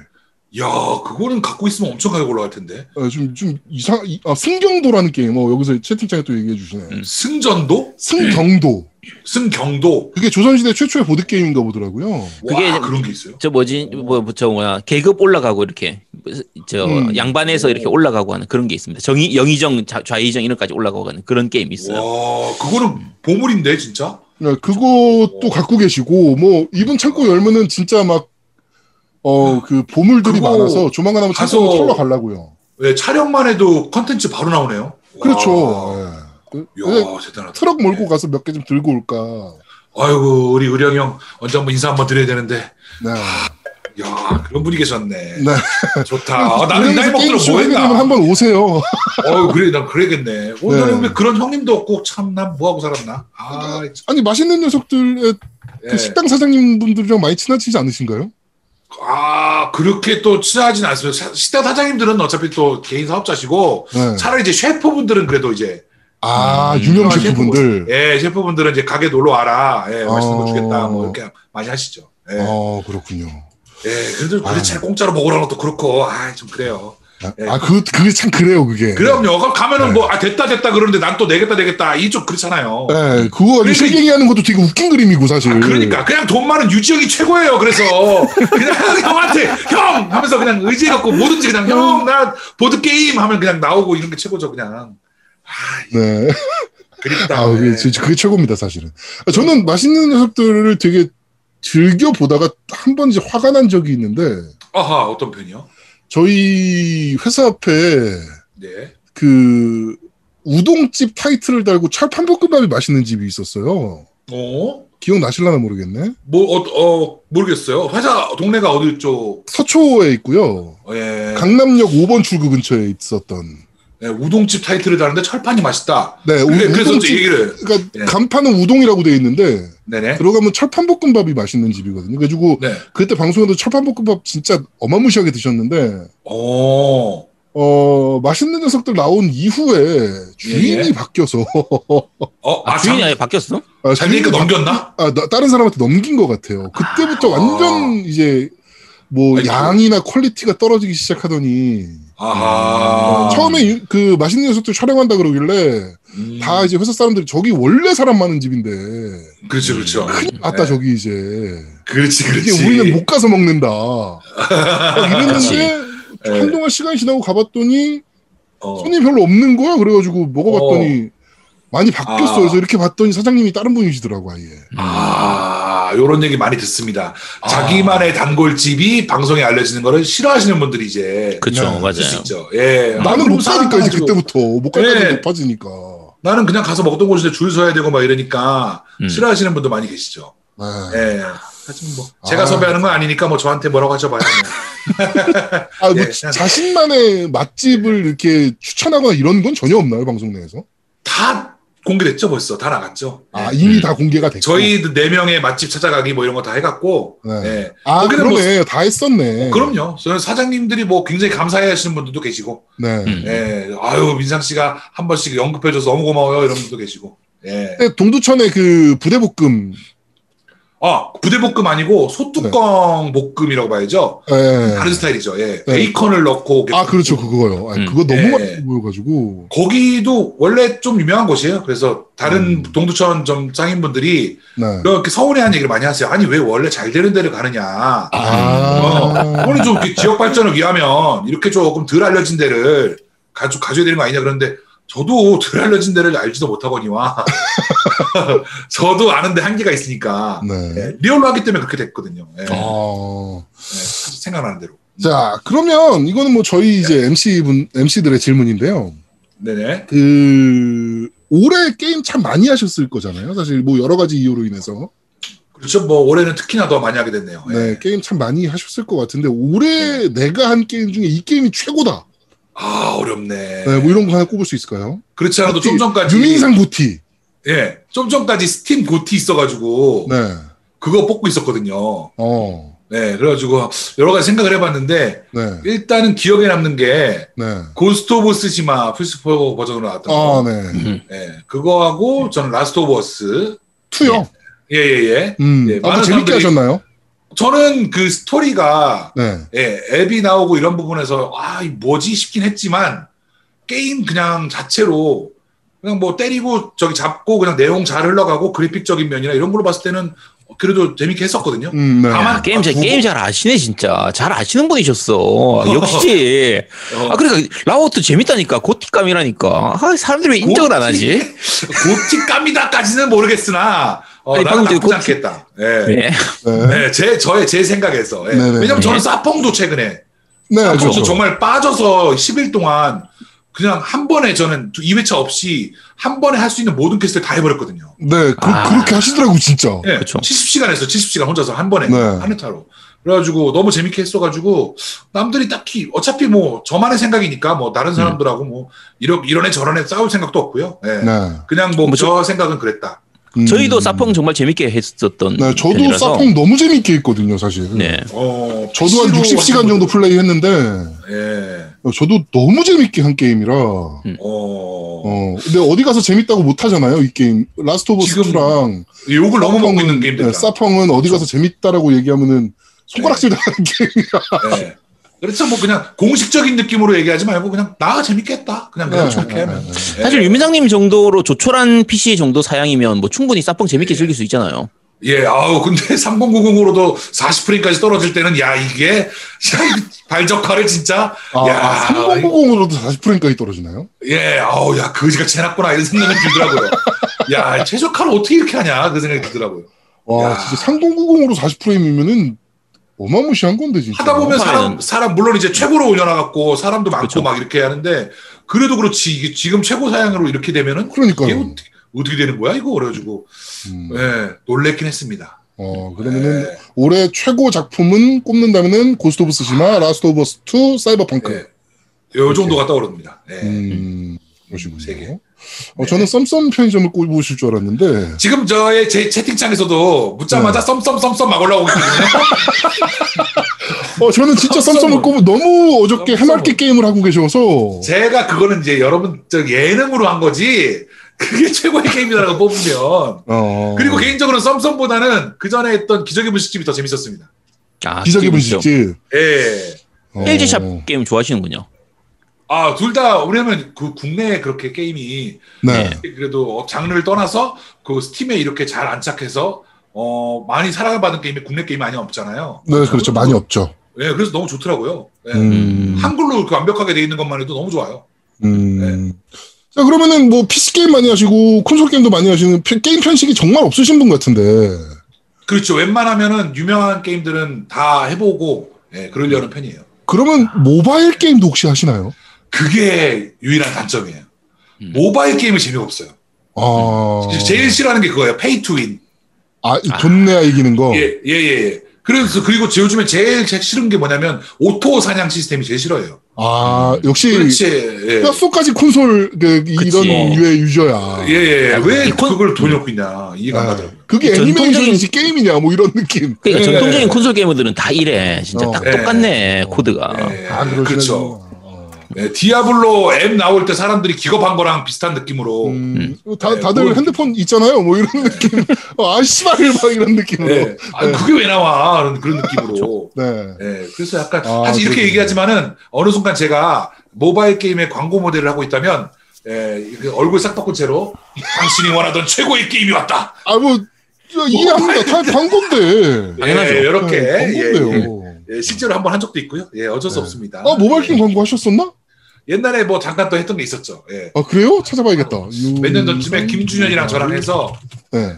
야 그거는 갖고 있으면 엄청 가격 올라갈 텐데. 어, 좀 좀 이상 이- 아, 승경도라는 게임. 어 여기서 채팅창에 또 얘기해 주시네. 음. 승전도, 승경도. 승경도. 그게 조선시대 최초의 보드 게임인가 보더라고요. 와 그게 이제- 그런 게 있어요. 저 뭐지 뭐저 뭐야 계급 올라가고 이렇게 저 음. 양반에서 이렇게 올라가고 하는 그런 게 있습니다. 정의 영의정 좌- 좌의정 이런까지 올라가고 하는 그런 게임이 있어요. 와 그거는 보물인데 진짜. 네, 그것도 어. 갖고 계시고 뭐 이분 창고 열면은 진짜 막 어 그 보물들이 그거 많아서 조만간 한번 가서- 창고 털러 가려고요. 네, 촬영만 해도 컨텐츠 바로 나오네요. 그렇죠. 와. 예. 그래서 이야 대단하다. 예. 트럭 몰고 가서 몇 개 좀 들고 올까. 아이고 우리 의령 형 언제 한번 인사 한번 드려야 되는데. 네. 아, 야 그런 분이 계셨네. 좋다. 아, 나는 그래서 나이 먹도록 게임쇼 뭐 하게 했나? 되면 한번 오세요. 어 그래 난 그래야겠네. 오, 네. 나는 왜 그런 형님도 없고 참 난 뭐하고 살았나? 아, 참, 아니 맛있는 녀석들의 예. 그 식당 사장님 분들이랑 많이 친하시지 않으신가요? 네. 아 그렇게 또 친하진 않습니다. 식당 사장님들은 어차피 또 개인 사업자시고 네. 차라리 이제 셰프분들은 그래도 이제 아 음, 유명하신 셰프 분들. 예 셰프분들은 이제 가게 놀러 와라. 예 맛있는 어. 거 주겠다. 뭐 이렇게 많이 하시죠. 예, 어 그렇군요. 예 그래도 아. 그렇지 공짜로 먹으라는 것도 그렇고 아 좀 그래요. 예. 아그 그게 참 그래요 그게. 그럼요. 그럼 가면은 네. 뭐 아 됐다 됐다 그러는데 난 또 내겠다 내겠다 이쪽 그렇잖아요. 예, 그거 가지고 그러니까 실갱이 하는 것도 되게 웃긴 그림이고 사실. 아, 그러니까 그냥 돈 많은 유지형이 최고예요. 그래서 그냥 형한테 형 하면서 그냥 의지해갖고 뭐든지 그냥 음. 형 나 보드 게임 하면 그냥 나오고 이런 게 최고죠 그냥. 그러니까. 네. 그립다. 아, 네. 그게, 진- 그게 최고입니다, 사실은. 아, 저는 맛있는 녀석들을 되게 즐겨 보다가 한 번 이제 화가 난 적이 있는데, 하 어떤 편이요? 저희 회사 앞에 네. 그 우동집 타이틀을 달고 찰판볶음밥이 맛있는 집이 있었어요. 어? 기억나실라나 모르겠네. 뭐, 어, 어, 모르겠어요. 회사 동네가 어디 쪽, 서초에 있고요. 어, 예. 강남역 5번 출구 근처에 있었던. 예, 우동집 타이틀을 다는데 철판이 맛있다. 네, 우, 그래, 그래서 이 우동집. 얘기를. 그러니까 네. 간판은 우동이라고 돼 있는데 네네. 들어가면 철판볶음밥이 맛있는 집이거든요. 그래가지고 네. 그때 방송에도 철판볶음밥 진짜 어마무시하게 드셨는데 어. 어, 맛있는 녀석들 나온 이후에 주인이 예, 예. 바뀌어서 어, 아, 아, 주인이 장, 아예 바뀌었어? 아, 주인이 장기니까 바- 넘겼나? 아, 나- 다른 사람한테 넘긴 것 같아요. 그때부터 아. 그 완전 이제 뭐 아이고. 양이나 퀄리티가 떨어지기 시작하더니 아하. 처음에 유- 그 맛있는 녀석들 촬영한다 그러길래 음. 다 이제 회사 사람들이 저기 원래 사람 많은 집인데 그렇지, 그렇죠. 큰일 났다 네. 저기 이제 그렇지, 이게 그렇지. 우리는 못 가서 먹는다 막 이랬는데 예. 한동안 시간이 지나고 가봤더니 어. 손이 별로 없는 거야. 그래가지고 먹어봤더니 많이 바뀌었어. 아. 음. 그래서 이렇게 봤더니 사장님이 다른 분이시더라고 아예. 음. 아, 요런 얘기 많이 듣습니다. 아. 자기만의 단골집이 방송에 알려지는 거를 싫어하시는 분들이 이제 그쵸 네. 있을 수 맞아요. 음. 있죠. 예. 나는 그럼 못 가니까 이제 사가지고 그때부터 못 가니까 예. 높아지니까. 나는 그냥 가서 먹던 곳인데 줄 서야 되고 막 이러니까 음. 싫어하시는 분도 많이 계시죠. 네. 예. 하지만 뭐 제가 아. 섭외하는 건 아니니까 뭐 저한테 뭐라고 하셔봐요. 아, 뭐 예. 자- 자신만의 맛집을 이렇게 추천하거나 이런 건 전혀 없나요 방송 내에서? 다 공개됐죠 벌써 다 나갔죠. 아 이미 음. 다 공개가 됐고. 예. 저희 네 명의 맛집 찾아가기 뭐 이런 거 다 해갖고. 네. 예. 아 거기는 그러네 다 했었네. 어, 그럼요. 저는 사장님들이 뭐 굉장히 감사해하시는 분들도 계시고, 네. 음. 예. 아유 민상 씨가 한 번씩 언급해줘서 너무 고마워요 이런 분도 계시고. 예. 그때 동두천의 그 부대볶음. 아 부대볶음 아니고 소뚜껑 볶음이라고 봐야죠. 예. 다른 스타일이죠. 예. 네. 베이컨을 넣고. 아 그렇죠 그거요. 아, 음. 그거 너무 예. 맛있어 보여가지고. 거기도 원래 좀 유명한 곳이에요. 그래서 음. 다른 동두천 좀 짱인분들이 네. 이렇게 서운해하는 얘기를 많이 하세요. 아니 왜 원래 잘 되는 데를 가느냐. 아. 그거는 좀 이렇게 지역 발전을 위하면 이렇게 조금 덜 알려진 데를 가져 가져야 되는 거 아니냐 그런데 저도 덜 알려진 데를 알지도 못하거니와 저도 아는데 한계가 있으니까 네. 예, 리얼로 하기 때문에 그렇게 됐거든요. 예, 어. 예, 생각나는 대로. 자, 그러면 이거는 뭐 저희 이제 MC 분, MC들의 질문인데요. 네네. 그, 올해 게임 참 많이 하셨을 거잖아요. 사실 뭐 여러 가지 이유로 인해서. 그렇죠. 뭐 올해는 특히나 더 많이 하게 됐네요. 네. 예. 네, 게임 참 많이 하셨을 것 같은데, 올해 내가 한 게임 중에 이 게임이 최고다. 아 어렵네. 네, 뭐 이런 거 하나 꼽을 수 있을까요? 그렇지 않아도 좀 전까지 유민상 보티. 예, 좀 전까지 스팀 고티 있어가지고 네. 그거 뽑고 있었거든요. 어. 네, 그래가지고 여러 가지 생각을 해봤는데 네. 일단은 기억에 남는 게 네. 고스트 오브 스시마 플스4 버전으로 나왔던 아, 어. 거. 네. 예, 그거하고 네. 저는 라스트 오브 어스. 투요. 예, 예, 예. 음. 예, 아, 많은 재밌게 사람들이- 하셨나요? 저는 그 스토리가 네. 예, 앱이 나오고 이런 부분에서 아, 이 뭐지 싶긴 했지만 게임 그냥 자체로 그냥 뭐 때리고 저기 잡고 그냥 내용 잘 흘러가고 그래픽적인 면이나 이런 걸로 봤을 때는 그래도 재밌게 했었거든요. 음, 네. 다만- 게임, 잘, 아, 게임 잘 아시네, 진짜. 잘 아시는 분이셨어. 역시. 어, 아, 그러니까, 라오트 재밌다니까. 고티감이라니까. 아, 사람들이 왜 인정을 안 하지? 고티감이다까지는 모르겠으나 어, 아니, 나는 방금 나쁘지 저기 않겠다. 예. 네. 네. 네, 제 저의 제 생각에서 예. 네네. 왜냐면 저는 사펑도 최근에 네, 사펑도 그렇죠. 정말 빠져서 10일 동안 그냥 한 번에 저는 2회차 없이 한 번에 할 수 있는 모든 퀘스트를 다 해버렸거든요. 네, 그, 아. 그렇게 하시더라고, 진짜. 예, 그쵸. 70시간 했어, 70시간 혼자서 한 번에 그렇죠. 네. 한 회차로. 그래가지고 너무 재밌게 했어가지고 남들이 딱히 어차피 뭐 저만의 생각이니까 뭐 음. 다른 사람들하고 뭐 이런 이런 애 저런 애 싸울 생각도 없고요. 예. 네. 그냥 뭐 뭐 저 생각은 그랬다. 음. 저희도 사펑 정말 재밌게 했었던. 네, 저도 편이라서. 사펑 너무 재밌게 했거든요, 사실. 네. 어, 저도 한 60시간 PC로 하신 정도 분들. 플레이 했는데, 예. 저도 너무 재밌게 한 게임이라, 어, 어. 근데 어디 가서 재밌다고 못 하잖아요, 이 게임. 라스트 오브 지금 스랑 욕을 너무 먹고 네, 있는 그렇죠. 게임 됐다. 사펑은 어디 가서 재밌다라고 네. 얘기하면은 손가락질 당하는 게임. 예. 그렇죠. 뭐 그냥 공식적인 느낌으로 얘기하지 말고 그냥 나 재밌겠다. 그냥 그냥 네, 좋게 네, 하면. 네, 예. 사실 유민상님 정도로 조촐한 PC 정도 사양이면 뭐 충분히 사펑 재밌게 즐길 수 있잖아요. 예, 아우 근데 3090으로도 40프레임까지 떨어질 때는 야 이게 야, 이 발적화를 진짜 야 아, 3090으로도 40프레임까지 떨어지나요? 예, 아우 야 거지같이 해놨구나 이런 생각이 들더라고요. 야 최적화를 어떻게 이렇게 하냐 그 생각이 들더라고요. 와, 야. 진짜 3090으로 40프레임이면은 어마무시한 건데, 진짜. 하다 보면 사람 평판에는. 사람 물론 이제 최고로 올려놔갖고 사람도 많고 그렇죠. 그쵸. 막 이렇게 하는데 그래도 그렇지 이게 지금 최고 사양으로 이렇게 되면은 이게 그러니까요. 어떻게, 어떻게 되는 거야 이거 그래가지고 음. 예, 놀랬긴 했습니다. 어, 그러면은 예, 올해 최고 작품은 꼽는다면은 고스트 오브 스시마, 라스트 오브 어스 2, 사이버펑크. 예. 요 정도 갔다 오릅니다. 예. 음, 세 개. 그러시군요. 어, 저는 썸썸 편의점을 꼽으실 줄 알았는데 지금 저의 제 채팅창에서도 네. 묻자마자 썸썸썸썸 막 올라오고 있거든요. 어, 저는 진짜 썸썸을 썸썸을. 꼽으 너무 어저께 썸썸을. 해맑게 게임을 하고 계셔서 제가 그거는 이제 여러분 저 예능으로 한 거지 그게 최고의 게임이라고 뽑으면 어, 그리고 개인적으로는 썸썸보다는 그 전에 했던 기적의 분식집이 더 재밌었습니다. 아, 기적의 게임이죠. 분식집 예. 어, LG샵 게임 좋아하시는군요. 아, 둘 다 왜냐면 그 국내에 그렇게 게임이 네. 그래도 장르를 떠나서 그 스팀에 이렇게 잘 안착해서 어 많이 사랑받은 게임이 국내 게임이 많이 없잖아요. 네, 그렇죠. 많이 없죠. 예, 그래서 너무 좋더라고요. 예. 음. 한글로 그 완벽하게 돼 있는 것만 해도 너무 좋아요. 음. 자, 그러면은 뭐 PC 게임 많이 하시고 콘솔 게임도 많이 하시는 피- 게임 편식이 정말 없으신 분 같은데. 그렇죠. 웬만하면은 유명한 게임들은 다 해보고 예, 그러려는 편이에요. 그러면 모바일 게임도 혹시 하시나요? 그게 유일한 단점이에요. 음. 모바일 게임이 재미가 없어요. 아. 제일 싫어하는 게 그거예요. 페이 투 윈. 아, 돈 내야 이기는 거. 예, 예, 예. 예. 그래서 그리고 제 요즘에 제일 제- 싫은 게 뭐냐면 오토 사냥 시스템이 제일 싫어요. 아, 역시 그렇지. 예. 뼛속까지 콘솔 그, 이런 그치. 유의 유저야. 예, 예. 왜 이 콘- 그걸 돈이 없고 있냐. 이해가 안 아, 가더라고요. 그게 전통적인- 애니메이션인지 게임이냐 뭐 이런 느낌. 그러니까 네. 전통적인 콘솔 게이머들은 다 이래. 진짜 어. 딱 네. 똑같네, 코드가. 예, 아, 그러시네. 그렇죠. 어. 예, 디아블로 앱 나올 때 사람들이 기겁한 거랑 비슷한 느낌으로. 음, 다, 네, 다들 뭐- 핸드폰 있잖아요. 뭐 이런 느낌. 어, 아, 씨발. 막 이런 느낌으로. 예. 네. 아, 그게 왜 나와? 그런, 그런 느낌으로. 예, 그래서 약간 그렇죠. 아, 사실 이렇게 그렇군요. 얘기하지만은 어느 순간 제가 모바일 게임의 광고 모델을 하고 있다면 예, 이렇게 얼굴 싹 바꾼 채로 당신이 원하던 최고의 게임이 왔다. 아, 뭐, 저 이해합니다. 다 광고인데. 당연하죠. 뭐. 예, 이렇게 네, 예, 광고인데요. 네. 예. 예, 실제로 한번 한 적도 있고요. 예, 어쩔 수 없습니다. 아, 모바일 게임 광고 하셨었나? 옛날에 뭐 잠깐 또 했던 게 있었죠. 예. 아 그래요? 찾아봐야겠다. 몇 년 음. 전쯤에 김준현이랑 아, 저랑 해서 네.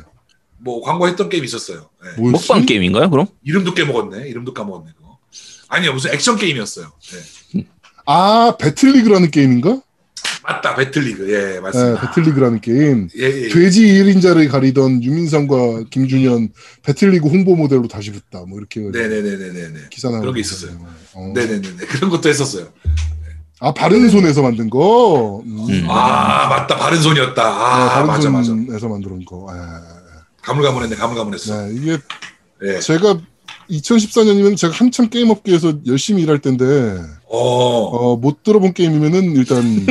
뭐 광고했던 게임 있었어요. 예. 뭐였지? 먹방 게임인가요, 그럼? 이름도 깨먹었네. 이름도 까먹었네. 그거. 아니요 무슨 액션 게임이었어요. 예. 아 배틀리그라는 게임인가? 맞다 배틀리그. 예 네, 맞습니다. 배틀리그라는 게임. 예, 예, 예. 돼지 1인자를 가리던 유민상과 김준현 배틀리그 홍보 모델로 다시 붙다. 뭐 이렇게 네네네네네네. 기사 나오고 그런 게 있었어요. 어. 네네네네 그런 것도 했었어요. 아 바른 손에서 만든 거. 음. 음. 아 맞다 바른 손이었다. 네, 아 바른 맞아 맞아. 손에서 만든 거. 예. 가물가물했네 가물가물했어. 네, 이게 예. 제가 2014년이면 제가 한참 게임 업계에서 열심히 일할 때인데 어. 어, 못 들어본 게임이면은 일단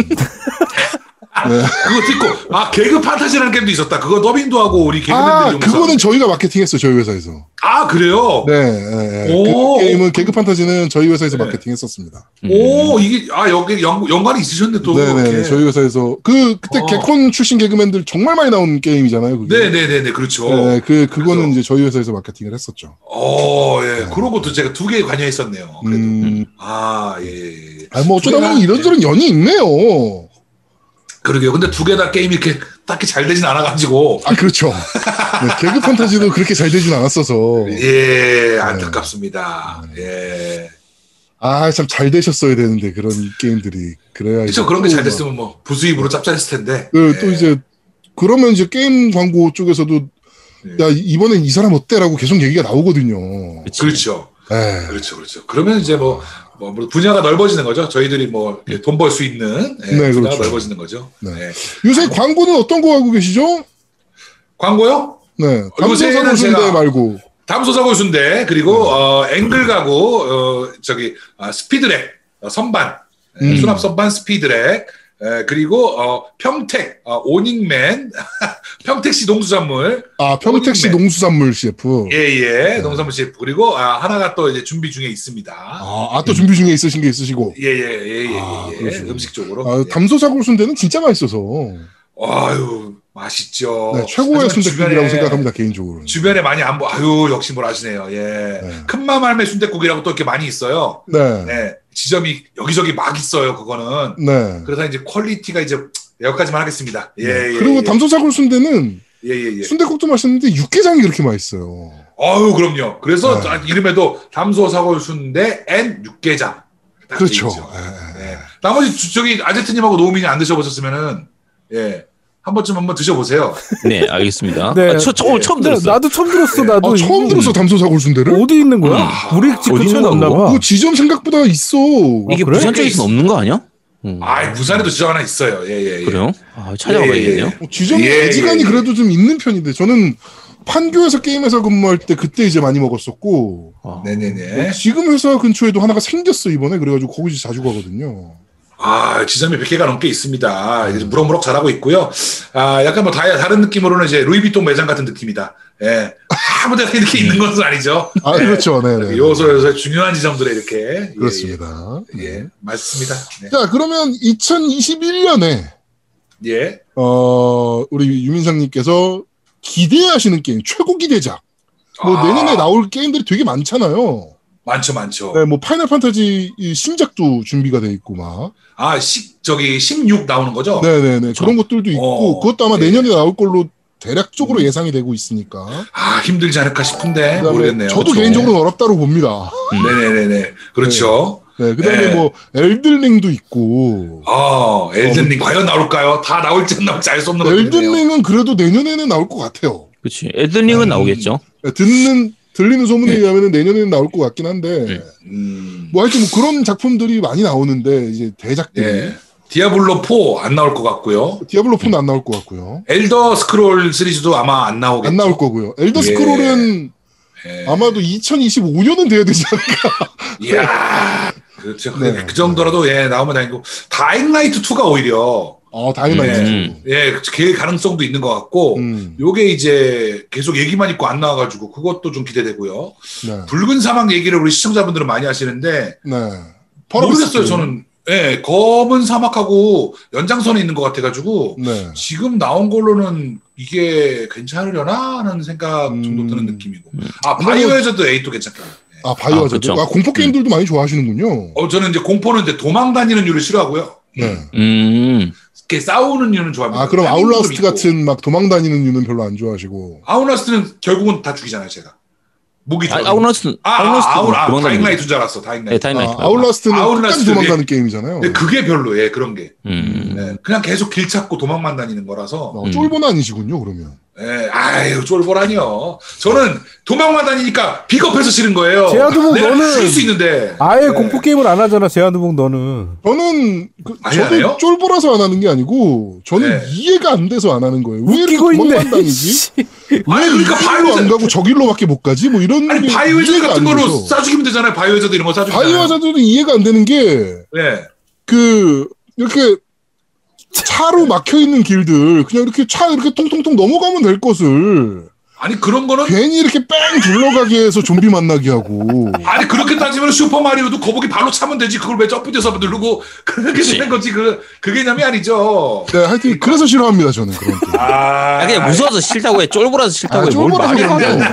아, 네. 그거 듣고 아 개그 판타지라는 게임도 있었다. 그거 더빙도 하고 우리 개그맨들이 아 용서. 그거는 저희가 마케팅했어요 저희 회사에서. 아 그래요. 네, 예, 예. 오. 그 게임은 개그 판타지는 저희 회사에서 네. 마케팅했었습니다. 오 이게 아 여기 연, 연관이 있으셨네 또. 네, 네, 이렇게. 네, 저희 회사에서 그 그때 어. 개콘 출신 개그맨들 정말 많이 나온 게임이잖아요. 그게. 네네네네 그렇죠. 네, 그 그거는 그래서- 이제 저희 회사에서 마케팅을 했었죠. 어, 예. 그런 것도 제가 두 개에 관여했었네요. 그래도. 음, 아, 예, 예. 예. 아, 뭐 어쩌다 보면 그래야- 이런저런 연이 있네요. 그러게요. 근데 두 개 다 게임이 이렇게 딱히 잘 되진 않아가지고. 아, 그렇죠. 네, 개그 판타지도 그렇게 잘 되진 않았어서. 예, 네. 안타깝습니다. 예. 아, 참 잘 되셨어야 되는데, 그런 게임들이. 그래야. 그쵸. 이제 그런 게 또 잘 막- 됐으면 뭐, 부수입으로 짭짤했을 텐데. 네, 예. 또 이제, 그러면 이제 게임 광고 쪽에서도, 예. 야, 이번엔 이 사람 어때? 라고 계속 얘기가 나오거든요. 그렇죠. 예. 그렇죠. 그렇죠. 그러면 이제 뭐, 뭐, 뭐 분야가 넓어지는 거죠. 저희들이 뭐, 돈 벌 수 있는 예, 네, 분야가 그렇죠. 넓어지는 거죠. 네. 예. 요새 광고는 어떤 거 하고 계시죠? 광고요? 네. 요새는 감성사고 순대 제가- 말고. 담소사 고수인데 그리고 음. 어, 앵글 가고 어, 저기 아, 스피드랩 어, 선반 예, 음. 수납 선반 스피드랩 예, 그리고 어, 평택 어, 오닝맨 평택시 농수산물 아, 평택시 어린이맨. 농수산물 CF. 예예 농산물 씨 그리고 아, 하나가 또 이제 준비 중에 있습니다 음. 아, 아, 또 준비 중에 있으신 게 있으시고. 예예예예 아, 예, 예, 그러시군요. 음식 쪽으로 아, 담소사골 순대는 진짜 맛있어서. 아유 맛있죠 네, 최고의 어, 하지만 순대국이라고 뭐. 주변에- 생각합니다, 개인적으로는. 주변에 많이 안 보, 아유 역시 뭘 아시네요. 예, 네. 큰맘 할매 순대국이라고 또 이렇게 많이 있어요. 네. 네, 지점이 여기저기 막 있어요. 그거는 네. 그래서 이제 퀄리티가 이제 여기까지만 하겠습니다. 예, 예, 그리고 예, 담소사골 순대는 예, 예, 예. 순대국도 맛있는데 육개장이 그렇게 맛있어요. 어우, 그럼요. 그래서 네. 아, 이름에도 담소 사골 순대 앤 육개장. 딱 그렇죠. 있죠. 예. 예. 나머지 주- 저기 아제트님하고 노우민이 안 드셔보셨으면은 예. 한 번쯤 한번 드셔보세요. 네, 알겠습니다. 네. 아, 저, 저 오늘 처음 네, 들었어요. 나도 처음 들었어. 나도 아, 처음 이거 들었어 담소사골 순대를. 아, 어디 있는 거야? 우리 집 어디 근처에 있는 없나 봐. 그 지점 생각보다 있어. 이게 아, 그래? 부산 쪽에서는 없는 거 아니야? 음, 아, 부산에도 지점 하나 있어요. 예, 예, 예. 그래요? 아, 찾아봐야겠네요. 예, 예, 예. 어, 지점이 예, 애지간히 예, 예. 그래도 좀 있는 편인데 저는 판교에서 게임에서 근무할 때 그때 이제 많이 먹었었고 아, 네네네. 지금 회사 근처에도 하나가 생겼어 이번에 그래가지고 거기 자주 가거든요. 아, 지점이 100개가 넘게 있습니다. 음. 이제 무럭무럭 잘하고 있고요. 아, 약간 뭐 다, 다른 느낌으로는 이제 루이비통 매장 같은 느낌이다. 예. 아무 데나 이렇게 있는 것은 아니죠. 예. 아 그렇죠, 네, 네. 요소 요소의 중요한 지점들에 이렇게. 예, 그렇습니다. 예, 예, 맞습니다. 네. 자 그러면 2021년에 예. 어 우리 유민상님께서 기대하시는 게임 최고 기대작 뭐 아, 내년에 나올 게임들이 되게 많잖아요. 많죠, 많죠. 네, 뭐 파이널 판타지 이 신작도 준비가 돼 있고 막. 아, 식 저기 16 나오는 거죠? 네네네 그런 것들도 있고 어, 그것도 아마 네. 내년에 나올 걸로 대략적으로 예상이 되고 있으니까. 아, 힘들지 않을까 싶은데 그다음에 모르겠네요. 저도 그렇죠. 개인적으로 어렵다고 봅니다. 네네네네. 그렇죠. 네, 그다음에 네. 뭐 엘든링도 있고. 어, 엘든링 과연 나올까요? 다 나올지 안 나올지 알 수 없는 것들이네요. 엘든링은 그래도 내년에는 나올 것 같아요. 그치. 엘든링은 음. 나오겠죠. 네, 듣는 들리는 네. 소문에 의하면 내년에는 나올 것 같긴 한데 음. 뭐 하여튼 뭐 그런 작품들이 많이 나오는데 이제 대작들이 예. 디아블로 4 안 나올 것 같고요. 디아블로 4는 안 나올 것 같고요. 엘더 스크롤 시리즈도 아마 안 나오겠죠. 안 나올 거고요. 예. 엘더 스크롤은 예. 아마도 2025년은 돼야 되지 않을까. 이야. 그렇죠. 그- 네. 그 정도라도 예 나오면 아니고 다잉라이트 2가 오히려 아, 다이나이트. 음. 예, 길 가능성도 있는 것 같고, 음. 요게 이제 계속 얘기만 있고 안 나와가지고, 그것도 좀 기대되고요. 네. 붉은 사막 얘기를 우리 시청자분들은 많이 하시는데, 네. 모르겠어요, 파라비스. 저는. 예, 검은 사막하고 연장선에 있는 것 같아가지고, 네. 지금 나온 걸로는 이게 괜찮으려나 하는 생각 정도 음. 드는 느낌이고. 아, 근데 뭐- 바이오에저드 8도 괜찮겠네요. 예. 아, 바이오 아, 하자드. 그렇죠. 아, 공포 게임들도 많이 좋아하시는군요. 어, 저는 이제 공포는 이제 도망 다니는 유를 싫어하고요. 네. 음. 이렇게 싸우는 유는 좋아합니다. 아 그럼 아웃라스트 있고. 같은 막 도망다니는 유는 별로 안 좋아하시고. 아웃라스트는 결국은 다 죽이잖아요, 제가. 무기 아, 아, 아웃라스트. 아, 아, 아웃, 아, 도망다니는 다잉라이트인 줄 알았어, 다잉라이트. 네, 타임라이트. 아, 아웃라스트는 아웃라스트, 끝까지 도망가는 게임이잖아요. 근데 그게 별로예, 그런 게. 음. 예, 그냥 계속 길 찾고 도망만 다니는 거라서. 어, 쫄보는 아니시군요 그러면. 예, 아유, 쫄보라니요. 저는 도망만 다니니까 픽업해서 싫은 거예요. 뭐 제아도복 내가 너는 죽일 수 있는데. 아예 네. 공포 게임을 안 하잖아 제한두봉 너는. 저는 그, 아니, 저도 안 해요? 쫄보라서 안 하는 게 아니고 저는 네. 이해가 안 돼서 안 하는 거예요. 왜 이렇게 웃기고 있네. 도망다니지? 씨. 아니, 그러니까 이리로 안 바이오헤자드, 가고 저길로밖에 못 가지? 뭐 이런 아니, 게 바이오헤자드 이해가 같은 안 걸로 돼서. 싸죽이면 네. 되잖아요. 바이오헤자드 이런 거 싸죽이면. 바이오하자드도 이해가 안 되는 게 예. 그 이렇게 차로 막혀 있는 길들 그냥 이렇게 차 이렇게 통통통 넘어가면 될 것을 아니, 그런 거는. 괜히 이렇게 뺑 둘러가게 해서 좀비 만나게 하고 아니 그렇게 따지면 슈퍼마리오도 거북이 발로 차면 되지 그걸 왜 점프돼서 누르고 그렇게 되는 거지 그, 그 개념이 아니죠 네 하여튼 그래서 싫어합니다 저는 그런 게. 아, 아, 그냥 무서워서 싫다고 해. 쫄보라서 싫다고 아, 해. 뭘 쫄보라서 말이야. 그런 게 아니에요.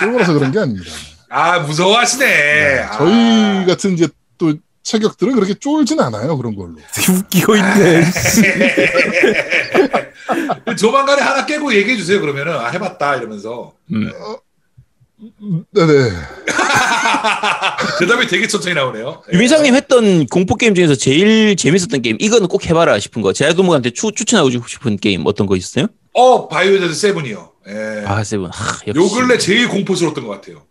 쫄보라서 그런 게 아닙니다. 아 무서워하시네 아, 저희 같은 이제 또 체격들은 그렇게 쫄진 않아요 그런 걸로. 되게 웃기고 있네. 씨. 아, 조만간에 하나 깨고 얘기해 주세요 그러면은 아, 해봤다 이러면서 네네. 대답이 그 되게 천천히 나오네요 예. 유민상님 했던 공포 게임 중에서 제일 재밌었던 게임, 이거는 꼭 해봐라 싶은 거. 제아도목한테 추, 추천하고 싶은 게임 어떤 거 있어요? 어 바이오헤자드 세븐이요 예. 아, 세븐. 하, 역시. 요 근래 제일 공포스러웠던 것 같아요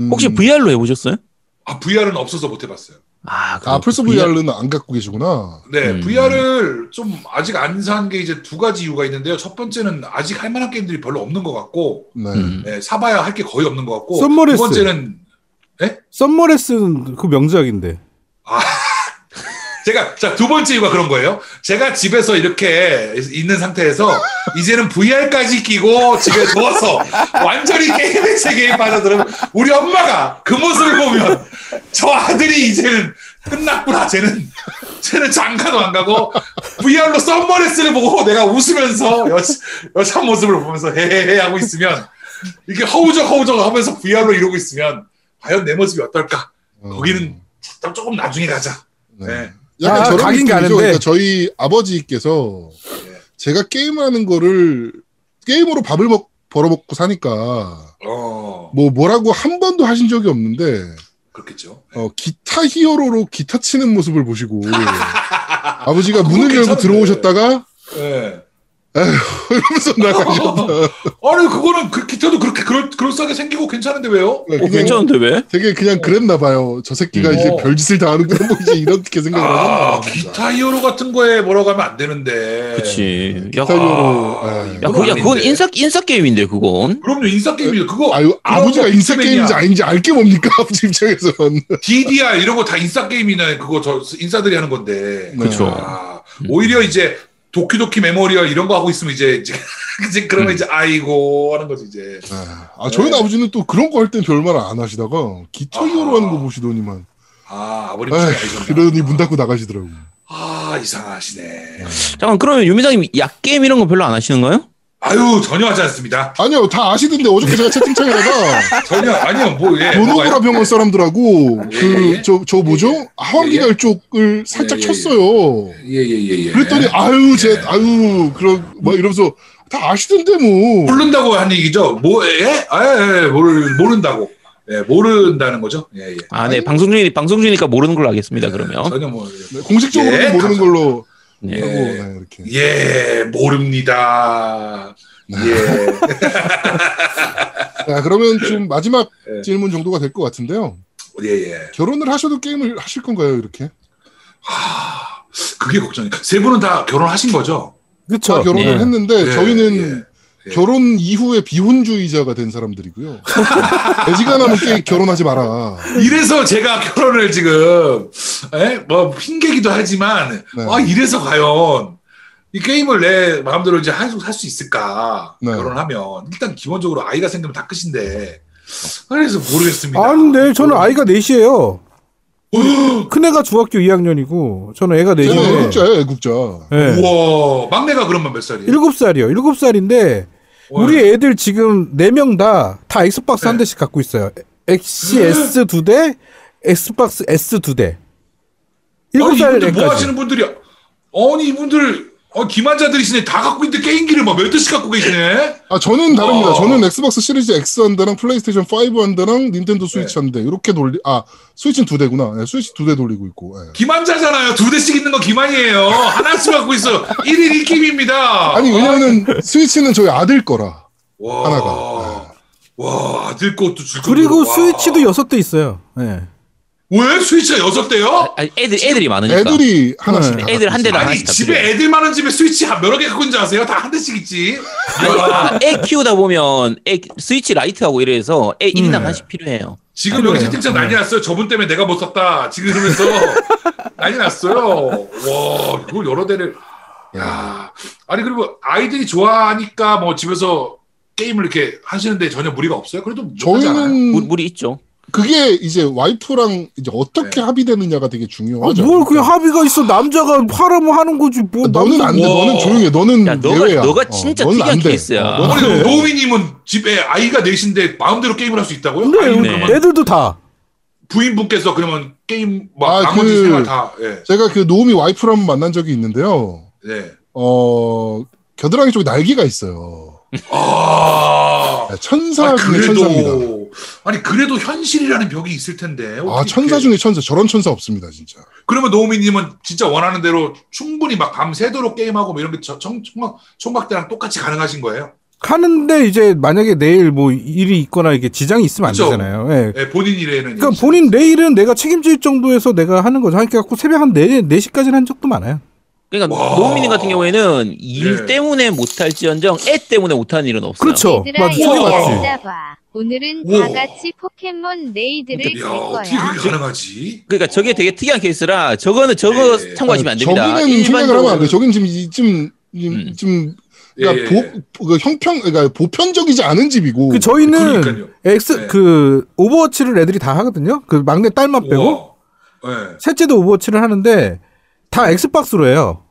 음, 혹시 VR로 해보셨어요? 아 VR은 없어서 못 해봤어요 아, 아 그거 플스 VR은 안 갖고 계시구나. 네, 음. VR을 좀 아직 안 산 게 이제 두 가지 이유가 있는데요. 첫 번째는 아직 할 만한 게임들이 별로 없는 것 같고, 네. 음. 예, 사봐야 할 게 거의 없는 것 같고 썸머레스. 두 번째는 썸머레스는 그 명작인데. 제가 자 두 번째 이유가 그런 거예요. 제가 집에서 이렇게 있는 상태에서 이제는 VR까지 끼고 집에 누워서 완전히 게임의 세계에 빠져들면 우리 엄마가 그 모습을 보면 저 아들이 이제는 끝났구나. 쟤는 쟤는 장가도 안 가고 VR로 썸머레스를 보고 내가 웃으면서 여, 여자 모습을 보면서 헤헤헤 하고 있으면 이게 허우적 허우적 하면서 VR로 이러고 있으면 과연 내 모습이 어떨까? 어, 거기는 참 조금 나중에 가자. 네. 음. 네. 약간 아, 저런 가긴 느낌이죠. 가는데. 그러니까 저희 아버지께서 제가 게임하는 거를 게임으로 밥을 먹- 벌어먹고 사니까 어 뭐 뭐라고 한 번도 하신 적이 없는데 그렇겠죠. 어, 기타 히어로로 기타 치는 모습을 보시고 아버지가 그거 문을 열고 괜찮은데. 들어오셨다가 예. 이러면서 어, 나가셨다. 아니 그거는 그 기타도 그렇게 그럴 그럴싸하게 생기고 괜찮은데 왜요? 네, 어, 그냥 괜찮은데 왜? 되게 그냥 그랬나 봐요. 저 새끼가 음. 이제 어. 별짓을 다 하는구나 뭐 이제 이렇게 생각을 아 하셨나 봐요. 기타 히어로 같은 거에 뭐라고 하면 안 되는데. 그치. 야, 기타 히어로. 아, 예. 야, 이건 그, 야, 그건 아닌데. 인싸, 인싸 게임인데, 그건. 그럼요 인싸 게임이죠. 그거 아유, 아버지가 거 인싸 빅맨이야. 게임인지 아닌지 알게 뭡니까? 아버지 입장에서는. DDR 이런 거 다 인싸 게임이나 그거 저 인싸들이 하는 건데. 그쵸. 아, 오히려 이제 도키도키 메모리얼 이런 거 하고 있으면 이제 이제 이제 그러면 이제 아이고 하는 거지 이제. 아, 저희 네. 아버지는 또 그런 거 할 땐 별말 안 하시다가 기타 아. 히어로 하는 거 보시더니만. 아 아버님 에휴, 이러니 문 닫고 나가시더라고. 아 이상하시네. 잠깐, 그러면 유민상님 약게임 이런 거 별로 안 하시는 거예요? 아유 전혀 하지 않습니다. 아니요, 다 아시던데 어저께 제가 채팅창에다가 전혀 아니요 뭐 예. 뭐가요? 모노브라 병원 사람들하고 예, 예. 그, 저, 저 뭐죠? 하원기갈 쪽을 살짝 예, 예, 예. 쳤어요. 예예예 예, 예. 그랬더니 아유 제 아유 그런 막 이러면서 다 아시던데 뭐 모른다고 한 얘기죠. 뭐 예? 예, 예, 모를 모른다고. 예, 모른다는 거죠. 예, 예. 아, 네. 방송 중이, 방송 중이니까 모르는 걸로 하겠습니다, 그러면. 전혀 뭐 예. 네, 공식적으로는 예, 모르는 감사합니다. 걸로 네. 하고 예. 네, 이렇게 예, 모릅니다. 예. 자 그러면 좀 마지막 예. 질문 정도가 될 것 같은데요 예, 예. 결혼을 하셔도 게임을 하실 건가요 이렇게 하, 그게 걱정이. 세 분은 다 결혼하신 거죠? 다 그쵸. 결혼을 예. 했는데 예, 저희는 예. 결혼 이후에 비혼주의자가 된 사람들이고요 대지간하면 게 결혼하지 마라 예. 이래서 제가 결혼을 지금 예? 뭐 핑계기도 하지만 네. 아, 이래서 과연 이 게임을 내 마음대로 이제 할수 할수 있을까? 네. 결혼하면 일단 기본적으로 아이가 생기면 다 끝인데. 그래서 모르겠습니다. 어. 아닌데 저는 아이가 넷이에요. 큰애가 중학교 네, 2학년이고 저는 애가 저는 넷인데. 애국자예요 애국자 예. 네, 그렇죠. 우와 막내가 그러면 몇 살이에요? 일곱 살이요. 일곱 살인데 우리 애들 지금 네 명 다 다 엑스박스 네. 한 대씩 갖고 있어요. XS 두 대, 엑스박스 S 두 대. 아니 일곱 살 이분들 뭐 애까지. 하시는 분들이 아니 이분들 어, 기만자들이시네 다 갖고 있는데 게임기를 막 몇 대씩 갖고 계시네. 아 저는 다릅니다. 어. 저는 엑스박스 시리즈 X 한 대랑 플레이스테이션 5 한 대랑 닌텐도 스위치 한 대 이렇게 돌리 아 스위치는 두 대구나. 네, 스위치 두 대 돌리고 있고. 예. 기만자잖아요. 두 대씩 있는 거 기만이에요. 하나씩 갖고 있어. 1일 1김입니다. 아니 왜냐면은 스위치는 저희 아들 거라. 와, 하나가. 와 아들 것도 줄 그리고 정도로, 와. 스위치도 여섯 대 있어요. 예. 왜 스위치가 여섯 대요? 아니, 애들 애들이 많으니까. 애들이 하나씩. 네, 다 애들 갖고 있어요. 한 대다 아니 하나씩 다 집에 필요해. 애들 많은 집에 스위치 한 여러 개 갖고 있는 줄 아세요? 다 한 대씩 있지. 아니, 아, 애 키우다 보면 애 스위치 라이트하고 이래서 애 1인당 하나씩 필요해요. 네. 지금 여기 채팅창 난리 났어요. 저분 때문에 내가 못 샀다. 지금 이러면서 난리 났어요. 와, 이걸 여러 대를. 야, 아니 그리고 아이들이 좋아하니까 뭐 집에서 게임을 이렇게 하시는데 전혀 무리가 없어요. 그래도 못하지 않아요? 물, 저희는 물이 있죠. 그게 이제 와이프랑 이제 어떻게 합의되느냐가 되게 아, 중요하죠. 뭘 그냥 합의가 있어. 남자가 하라면 하는 거지. 뭐 어, 너는 남자- 안 돼. 우와. 너는 조용해. 너는 야, 너가- 예외야. 어, 너가 진짜 너는 특이한 안 돼. 케이스야. 어, 너는 네. 어머니 노미님은 집에 아이가 넷인데 마음대로 게임을 할 수 있다고요? 네, 아니, 네. 네. 애들도 다. 부인분께서 그러면 게임 막 아, 나머지 그- 생활 다 예, 제가 그 노우미 와이프랑 한번 만난 적이 있는데요. 예. 어 겨드랑이 쪽에 날개가 있어요. 아, 야, 천사 아니, 중에 천사입니다. 그래도 아니 그래도 현실이라는 벽이 있을 텐데. 아 어떻게 천사 이렇게- 중에 천사 저런 천사 없습니다 진짜. 그러면 노우미님은 진짜 원하는 대로 충분히 막 밤새도록 게임하고 뭐 이런 게 저- 청- 총각 총각대랑 똑같이 가능하신 거예요? 하는데 이제 만약에 내일 뭐 일이 있거나 이게 지장이 있으면 안 그쵸. 되잖아요. 예. 예, 본인 일에는 그러니까 본인 내일은 내가 책임질 정도에서 내가 하는 거죠. 그러니까 새벽 한 4, 4시까지는 한 적도 많아요. 그러니까 와. 노미님 같은 경우에는 일 예. 때문에 못할지언정 애 때문에 못하는 일은 없어요. 그렇죠. 얘들아 맞아. 맞아요. 이거 맞지. 진짜 봐. 오늘은 우와. 다 같이 포켓몬 레이드를 갈 야 네, 거야. 어떻게 그게 가능하지? 그러니까 저게 되게 특이한 케이스라 저거는 저거 예. 참고하시면 안 됩니다. 저기는 생각을 하면 안 돼. 일반적으로 저긴 지금 이쯤 지금 음. 지금 예, 그러니까 예, 예. 보, 그 형평 그러니까 보편적이지 않은 집이고. 그 저희는 그러니까요. 엑스 네. 그 오버워치를 애들이 다 하거든요. 그 막내 아, 딸만 빼고 우와. 예. 셋째도 오버워치를 하는데 다 엑스박스로 해요.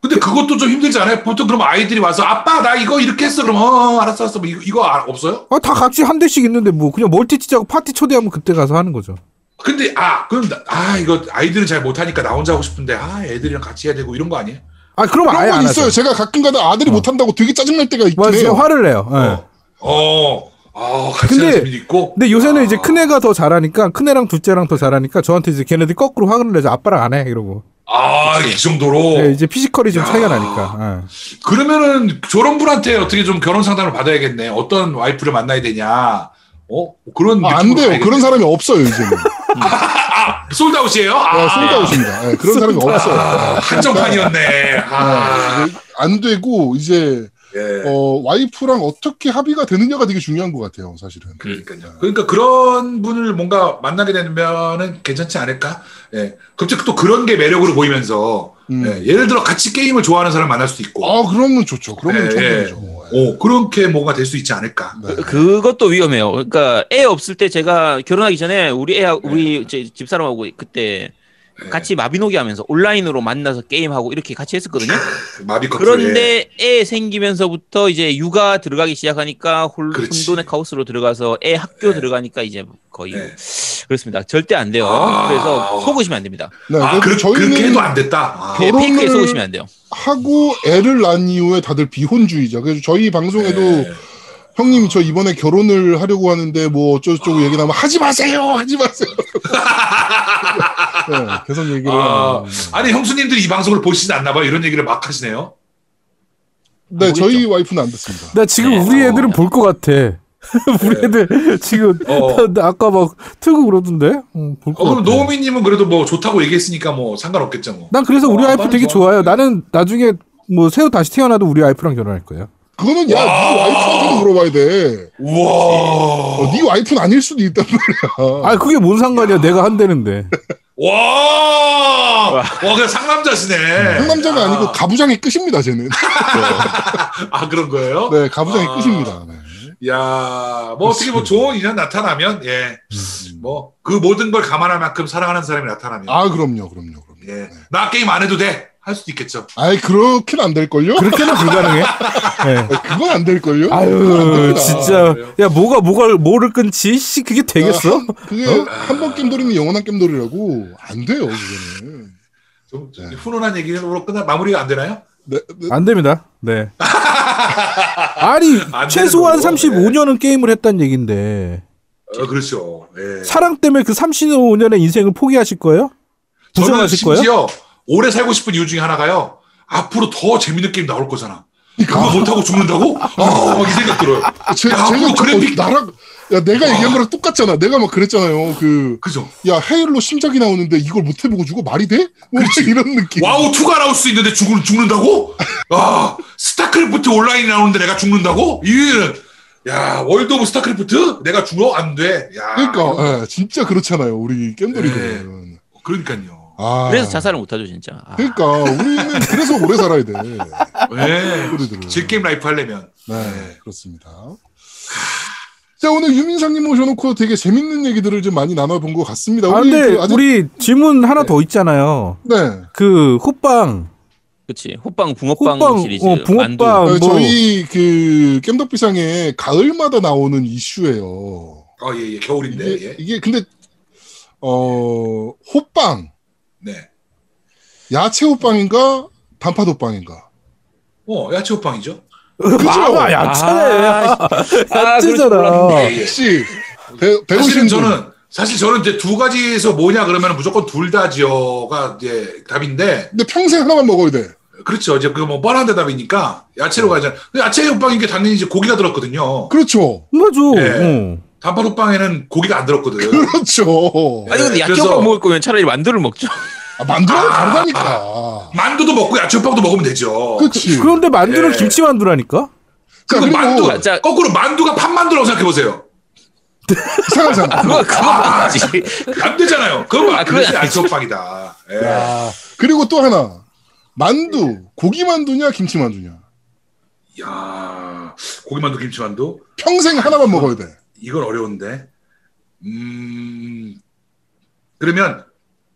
근데 그것도 좀 힘들지 않아요? 보통 그럼 아이들이 와서 아빠 나 이거 이렇게 했어 그럼 어 알았어 알았어 뭐 이거, 이거 아- 없어요? 아, 다 같이 한 대씩 있는데 뭐 그냥 멀티 치자고 파티 초대하면 그때 가서 하는 거죠. 근데 아 그럼 나- 아 이거 아이들은 잘 못하니까 나 혼자 하고 싶은데 아 애들이랑 같이 해야 되고 이런 거 아니에요? 아 그럼 그런 아예 건 안 있어요. 하죠. 어. 제가 가끔가다 아들이 못한다고 되게 짜증날 때가 있긴 맞아요. 해요. 화를 내요. 예. 어, 아 같이 근데- 하는 재미도 있고. 근데 요새는 아. 이제 큰애가 더 잘하니까 큰애랑 둘째랑 더 잘하니까 저한테 이제 걔네들이 거꾸로 화를 내죠. 아빠랑 안 해 이러고. 아이 정도로 네, 이제 피지컬이 좀 어. 야. 차이가 나니까. 예. 그러면은 저런 분한테 어떻게 좀 결혼 상담을 받아야겠네. 어떤 와이프를 만나야 되냐. 어? 그런 아, 안 느낌으로 돼요. 가야겠네. 그런 사람이 없어요 이제는. 아, 솔드아웃이에요? 아, 아, 솔다우십니다. 예, 그런 사람이 없어요. 아, 한정판이었네. 아. 안 되고 이제 예. 어, 와이프랑 어떻게 합의가 되느냐가 되게 중요한 것 같아요, 사실은. 그러니까요. 그러니까 그런 분을 뭔가 만나게 되면은 괜찮지 않을까? 예. 갑자기 또 그런 게 매력으로 보이면서 음. 예. 예를 들어 같이 게임을 좋아하는 사람 만날 수도 있고. 아, 그러면 좋죠. 그러면 예, 어, 충분히죠. 예. 오, 그렇게 뭔가 될 수 있지 않을까? 네. 그것도 위험해요. 그러니까 애 없을 때 제가 결혼하기 전에 우리 애 우리 제 집사람하고 그때 예. 같이 마비노기 하면서 온라인으로 만나서 게임하고 이렇게 같이 했었거든요. 그 마비 커플. 예. 그런데 애 생기면서부터 이제 육아 들어가기 시작하니까 홀- 그렇지. 혼돈의 카오스로 들어가서 애 학교 들어가니까 이제 거의 예. 그렇습니다. 절대 안 돼요. 아. 그래서 속으시면 안 됩니다. 네, 아, 그, 그래서 그렇게 해도 안 됐다. 아. 예, 결혼을- 페이크에 속으시면 안 돼요. 하고 애를 낳은 이후에 다들 비혼주의자. 그래서 저희 방송에도 예. 형님 저 이번에 결혼을 하려고 하는데 뭐 어쩌고저쩌고 얘기 나면 하지 마세요, 하지 마세요. 네, 계속 얘기를. 아, 하는. 아니 형수님들이 이 방송을 보시지 않나 봐요. 이런 얘기를 막 하시네요. 뭐 네, 모르겠죠. 저희 와이프는 안 듣습니다. 나 지금 네. 우리 어. 애들은 볼 것 같아. 우리 애들 지금 네. 어. 나 아까 막 틀고 그러던데. 볼 어, 것 같아. 네. 그럼 노우미님은 그래서 뭐 좋다고 얘기했으니까 뭐 상관없겠죠 뭐. 난 그래서 우리 어, 와이프 나는 되게 좋아. 좋아요. 나는 나중에 뭐 새우 다시 태어나도 우리 와이프랑 결혼할 거예요. 그거는 야, 네 와이프한테 물어봐야 돼. 우와. 어, 네 와이프는 아닐 수도 있단 어. 말이야. 아 그게 뭔 상관이야? 내가 한대는데. 와. 와, 그냥 상남자시네. 상남자가 아, 아니고 가부장의 끝입니다, 쟤는. 아 그런 거예요? 네, 가부장의 아. 끝입니다. 네. 야, 뭐 어떻게 뭐 좋은 인연 나타나면 예, 음. 뭐 그 모든 걸 감안할 만큼 사랑하는 사람이 나타나면 아, 그럼요, 그럼요, 그럼요. 예, 나 게임 안 해도 돼. 할 수도 있겠죠. 아이, 그렇게는 안 될걸요? 그렇게는 불가능해. 네. 그건 안 될걸요? 아유 아, 진짜 그래요? 야 뭐가 뭐가 뭐를 끊지? 씨 그게 되겠어? 그게 한 번 겜돌이면 영원한 겜돌이라고 안 돼요, 그거는. 좀 네. 훈훈한 얘기로 끝나 마무리가 안 되나요? 네, 네. 안 됩니다. 네. 아니 안 되는 최소한 거고, 네. 35년은 게임을 했단 얘긴데 어, 그렇죠. 예. 사랑 때문에 그 35년의 인생을 포기하실 거예요? 저는 부정하실 거예요? 심지어 오래 살고 싶은 이유 중에 하나가요. 앞으로 더 재밌는 게임 나올 거잖아. 그거 못하고 죽는다고? 아, 막이 생각 들어요. 제, 야, 제가 앞으로 그래픽... 그래픽- 나랑 야 내가 얘기한 거랑 똑같잖아. 내가 막 그랬잖아요. 그 그죠? 야 헤일로 신작이 나오는데 이걸 못 해보고 죽어 말이 돼? 뭐 이런 느낌. 와우 2가 나올 수 있는데 죽, 죽는다고? 아 스타크래프트 온라인이 나오는데 내가 죽는다고? 이야 월드 오브 스타크래프트? 내가 죽어? 안 돼. 야, 그러니까 예, 진짜 그렇잖아요. 우리 겜돌이들은. 그러니까요. 아, 그래서 자살을 못하죠 진짜. 아, 그러니까 우리는 그래서 오래 살아야 돼. 예. 겜돌이들은. 즐게임 라이프 하려면. 네, 그렇습니다. 자 오늘 유민상님 모셔놓고 되게 재밌는 얘기들을 좀 많이 나눠본 것 같습니다. 아 근데 그 아직- 우리 질문 하나 네. 더 있잖아요. 네 그 호빵 그치. 호빵 붕어빵, 호빵 시리즈. 어, 붕어빵 만두. 아, 어, 뭐 저희 그 겜덕비상에 가을마다 나오는 이슈예요. 아 예예 겨울인데. 이게, 예. 이게 근데 어 호빵 네. 야채 호빵인가 단팥 호빵인가 어 야채 호빵이죠. 봐봐 아, 야채 아, 그럴 줄 야채잖아. 몰랐네. 예, 예. 혹시 배, 사실은 배우신 분 저는 사실 저는 이제 두 가지에서 뭐냐 그러면 무조건 둘 다지어가 이제 답인데 근데 평생 하나만 먹어야 돼. 그렇죠 이제 그뭐 뻔한 대답이니까 야채로 가자. 근데 야채 호빵인 게 당연히 이제 고기가 들었거든요. 그렇죠. 맞아. 네. 어. 단팥 호빵에는 고기가 안 들었거든요. 그렇죠. 아니 근데 네, 야채 그래서- 호빵 먹을 거면 차라리 만두를 먹죠. 아, 만두랑 다르다니까. 만두도 먹고 야채 호빵도 먹으면 되죠. 그렇지. 그런데 만두는 예. 김치 자, 만두라니까? 그리고 그러니까 그리고 만두 자, 자. 거꾸로 만두가 팥만두라고 생각해 보세요. 이상하잖아. 그거 그거 먹지. 안 되잖아요. 그건 아, 아, 그건 그건 야채 호빵이다. 예. 야, 그리고 또 하나. 만두, 고기 만두냐, 김치 만두냐. 야 고기만두 김치만두 평생 아. 하나만 먹어야 돼. 이건 어려운데. 음 그러면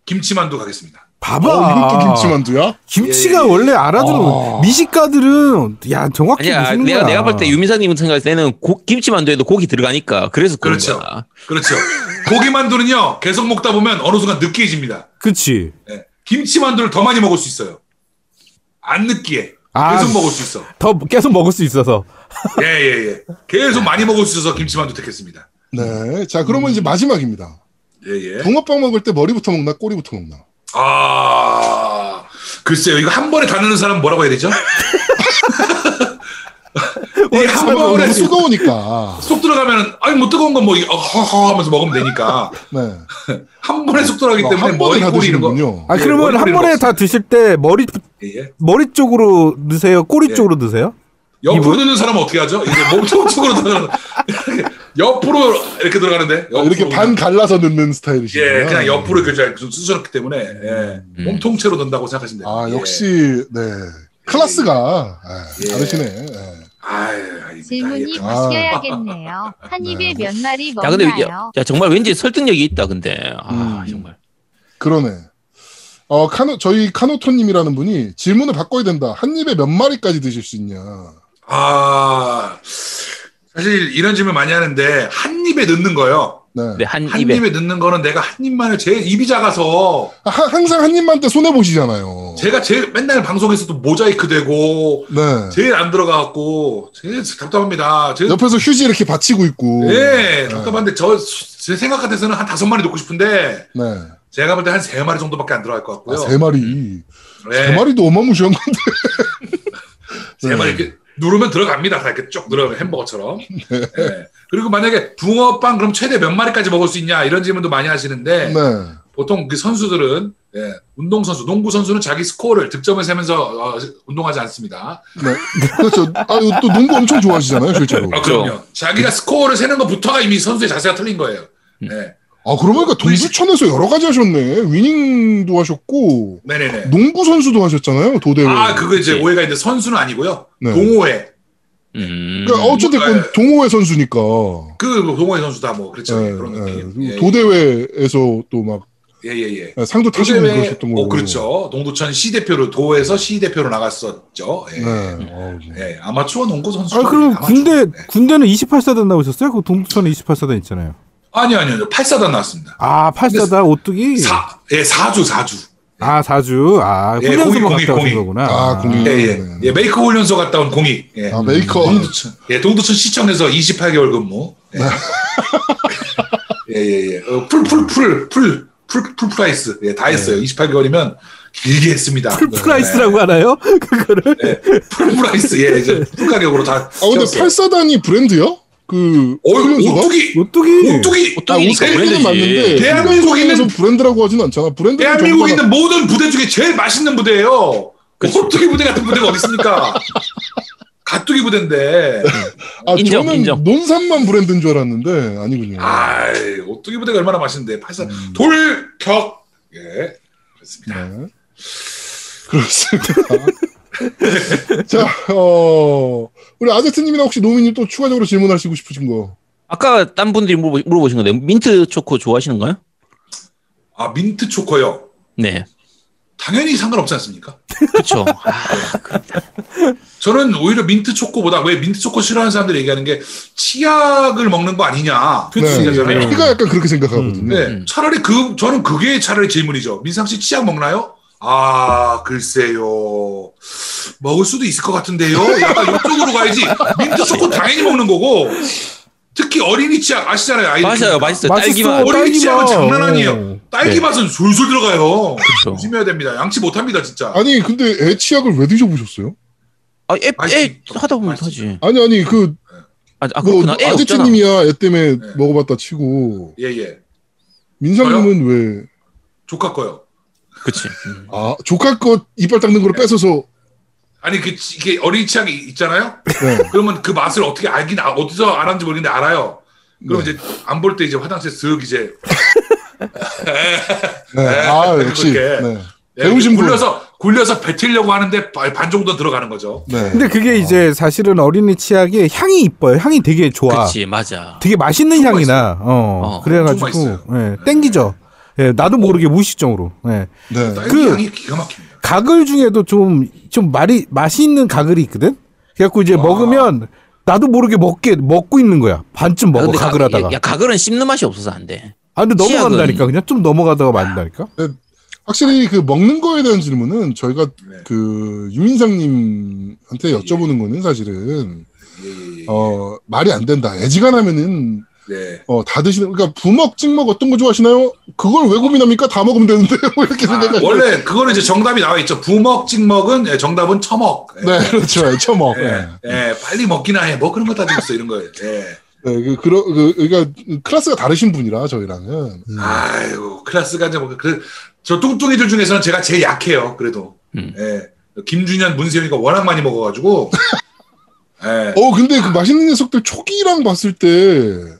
김치만두 가겠습니다. 봐봐. 어, 이것도 아. 김치 만두야? 김치가 예, 예. 원래 알아주는 아. 미식가들은 야 정확히 아니야. 무슨 내가 거야. 내가 볼 때 유민상님 생각할 때는 고, 김치 만두에도 고기 들어가니까 그래서 그런 그렇죠. 거야. 그렇죠. 고기만두는요, 계속 먹다 보면 어느 순간 느끼해집니다. 그치. 예. 김치만두를 더 많이 먹을 수 있어요. 안 느끼해. 아. 계속 먹을 수 있어. 더 계속 먹을 수 있어서. 예, 예, 예. 계속 많이 먹을 수 있어서 김치만두 택했습니다. 네. 자, 그러면 이제 마지막입니다. 예, 음. 예. 붕어빵 먹을 때 머리부터 먹나, 꼬리부터 먹나? 아, 글쎄요. 이거 한 번에 다루는 사람 뭐라고 해야 되죠? 이게 한 번에 너무 쏙, 뜨거우니까. 쏙 들어가면, 아니, 뭐 뜨거운 건 뭐, 이게 허허 하면서 먹으면 되니까. 네. 한 번에 쏙 들어가기 아, 때문에 한 번에 머리 다 꼬리 이런 거. 드시는군요. 아 예, 그러면 한 머리를 번에 먹습니다. 다 드실 때 머리 예, 예. 머리 쪽으로 넣으세요? 꼬리 예. 쪽으로 넣으세요? 옆으로 드는 사람은 어떻게 하죠? 이제 몸통 쪽으로 들어가는 옆으로 이렇게 들어가는데 아, 이렇게 옆으로 반 그냥- 갈라서 넣는 스타일이시군요. 예 그냥 옆으로 이렇게 잘 수술했기 때문에 예, 몸통째로 넣는다고 생각하시면 음, 돼요. 아, 예. 역시, 네. 클라스가 예, 예. 다르시네. 예. 아유, 아닙니다. 질문이 예. 아. 바뀌어야겠네요. 한 입에 몇 마리 야 근데 야, 먹나요? 야, 정말 왠지 설득력이 있다 근데. 아 음. 정말. 그러네. 어, 카노, 저희 카노토님이라는 분이 질문을 바꿔야 된다. 한 입에 몇 마리까지 드실 수 있냐. 아 사실 이런 질문 많이 하는데 한 입에 넣는 거요. 네. 근데 한 한 입에 입에 넣는 거는 내가 한 입만을 제 입이 작아서 아, 하- 항상 한 입만 때 손해보시잖아요. 제가 제일 맨날 방송에서도 모자이크 되고 네. 제일 안 들어가갖고 제일 답답합니다. 제일 옆에서 휴지 이렇게 받치고 있고. 네. 예, 답답한데 저 제 생각 같아서는 한 다섯 마리 넣고 싶은데 네. 제가 볼 때 한 세 마리 정도밖에 안 들어갈 것 아, 같고요. 세 마리. 예, 세 마리도 어마무시한 건데. 세 마리 네. 이렇게 누르면 들어갑니다. 다 이렇게 쭉 누르면 햄버거처럼. 예. 그리고 만약에 붕어빵 그럼 최대 몇 마리까지 먹을 수 있냐 이런 질문도 많이 하시는데 네. 보통 그 선수들은 예, 운동 선수, 농구 선수는 자기 스코어를 득점을 세면서 어, 운동하지 않습니다. 네. 그렇죠. 아, 이거 또 농구 엄청 좋아하시잖아요, 실제로. 아, 그럼요. 자기가 스코어를 세는 것부터가 이미 선수의 자세가 틀린 거예요. 예. 아, 그러고 보니까 동두천에서 여러 가지 하셨네. 위닝도 하셨고, 네네네. 농구 선수도 하셨잖아요, 도대회. 아, 그거 이제 그치. 오해가 있는데 선수는 아니고요. 네. 동호회. 음. 그러니까 어쨌든 동호회 선수니까. 그 동호회 선수다 뭐 그렇죠 예, 그런 예. 느낌 예, 도대회에서 또 막 아, 예, 예, 예. 상도 타시고 도대회 그러셨던 거고. 어, 그렇죠 동두천 C 대표로 도에서 C 대표로 나갔었죠 예, 네. 어, 예. 아마추어 농구 선수 아 그럼 군대 네. 군대는 28사단 나오셨어요? 그 동천에 28사단 있잖아요. 아니 아니요 8사단 나왔습니다 아 8사단 오뚜기. 사, 예, 4주 4주 아, 4주. 아, 예, 훈련소 공이, 갔다 오신 공이. 거구나. 아, 공이. 예, 예. 네. 예, 메이커 훈련소 갔다 온 공이. 예. 아, 메이커. 동두천. 예, 동두천 시청에서 28개월 근무. 네. 예. 예, 예, 예. 어, 풀, 풀, 풀, 풀, 풀, 풀 프라이스. 예, 다 했어요. 네. 28개월이면 길게 했습니다. 풀 프라이스라고 하나요? 그거를. 예, 풀 프라이스. 예, 네. 이제 풀 가격으로 다. 아, 근데 채웠어요. 팔사단이 뭐, 브랜드요? 그, 어, 훈련소가? 오뚜기. 오뚜기. 오뚜기. 아, 오뚜기니까 오뚜기는 브랜드지. 맞는데. 대한민국인은- 훈련소에서 브랜드라고 하진 않잖아. 브랜드는 대한민국에 정보가- 있는 모든 부대 중에 제일 맛있는 부대예요. 그치. 오뚜기 부대 같은 부대가 어디 있습니까? 가뚜기 부대인데. 아, 인정, 저는 인정. 논산만 브랜드인 줄 알았는데, 아니군요. 아이, 오뚜기 부대가 얼마나 맛있는데. 팔사 음. 돌격. 예. 그렇습니다. 네. 그렇습니다. 자, 어, 우리 아제트님이나 혹시 노미님 또 추가적으로 질문하시고 싶으신 거. 아까 딴 분들이 물어보, 물어보신 건데 민트 초코 좋아하시는가요? 아, 민트 초코요. 네. 당연히 상관없지 않습니까? 그렇죠. 저는 오히려 민트 초코보다 왜 민트 초코 싫어하는 사람들이 얘기하는 게 치약을 먹는 거 아니냐. 그치. 네. 네. 네. 제가 약간 그렇게 생각하거든요. 네. 음. 차라리 그 저는 그게 차라리 질문이죠. 민상 씨 치약 먹나요? 아 글쎄요. 먹을 수도 있을 것 같은데요. 약간 이쪽으로 가야지. 민트 초코 당연히 먹는 거고. 특히 어린이 치약 아시잖아요. 아이들. 맞아요. 맛있어요. 맛있어. 딸기맛. 어린이 딸기 치약은 맛. 장난 어. 아니에요. 딸기 네. 맛은 솔솔 들어가요. 그쵸. 조심해야 됩니다. 양치 못합니다 진짜. 아니, 근데 애 치약을 왜 드셔보셨어요? 아, 애, 애 맛있어. 하다 보면 맛있어. 하지. 아니, 아니, 그, 아, 아 뭐, 그렇구나. 애 없잖아. 아제트님이야, 애 때문에 네. 먹어봤다 치고, 예 예. 민상님은 왜, 조카 거요. 그치. 음. 아, 조카 거 이빨 닦는 걸 뺏어서, 아니 그 치- 이게 어린이 치약이 있잖아요. 네. 그러면 그 맛을 어떻게 알긴 아- 어디서 알았는지 모르겠는데 알아요. 그럼 이제 안 볼 때 이제 화장실 쓱 이제 네. 아, 역시. 그렇게. 네. 예, 배우신 분. 굴려서 굴려서 뱉으려고 하는데 바- 반 정도 들어가는 거죠. 네. 근데 그게 이제 사실은 어린이 치약이 향이 이뻐요. 향이 되게 좋아. 그치. 맞아. 되게 맛있는 정말 향이나 어, 어, 그래가지고 예, 땡기죠. 예, 나도 모르게 무의식적으로. 예. 네. 딸기 그- 아, 향이 기가 막힙니다. 가글 중에도 좀 좀 말이 맛이 있는 가글이 있거든. 그래갖고 이제 먹으면 나도 모르게 먹게 먹고 있는 거야. 반쯤 아, 먹어 근데 가- 가글하다가. 야, 야, 가글은 씹는 맛이 없어서 안 돼. 아 근데 치약은- 넘어간다니까 그냥 좀 넘어가다가 만다니까. 확실히 그 먹는 거에 대한 질문은 저희가 네. 그 유민상님한테 여쭤보는 거는 사실은 예, 예, 어 말이 안 된다. 애지간하면은 예. 네. 어 다 드시는 그러니까 부먹 찍먹 어떤 거 좋아하시나요? 그걸 왜 고민합니까? 다 먹으면 되는데 뭐 이렇게 아, 생각하시는 원래 그거는 이제 정답이 나와 있죠. 부먹 찍먹은 예, 정답은 처먹. 예. 네 그렇죠. 애처먹. 예, 네. 예, 빨리 먹기나 해. 뭐 그런 거 따지고 있어 이런 거예요. 예. 네, 그, 그러, 그, 그러니까 클래스가 다르신 분이라 저희랑은 음. 네. 아이고 클라스가 이제 뭐 그 저 뚱뚱이들 중에서는 제가 제일 약해요. 그래도 음. 예. 김준현, 문세윤이가 워낙 많이 먹어가지고 예. 어 근데 그 맛있는 녀석들 초기랑 봤을 때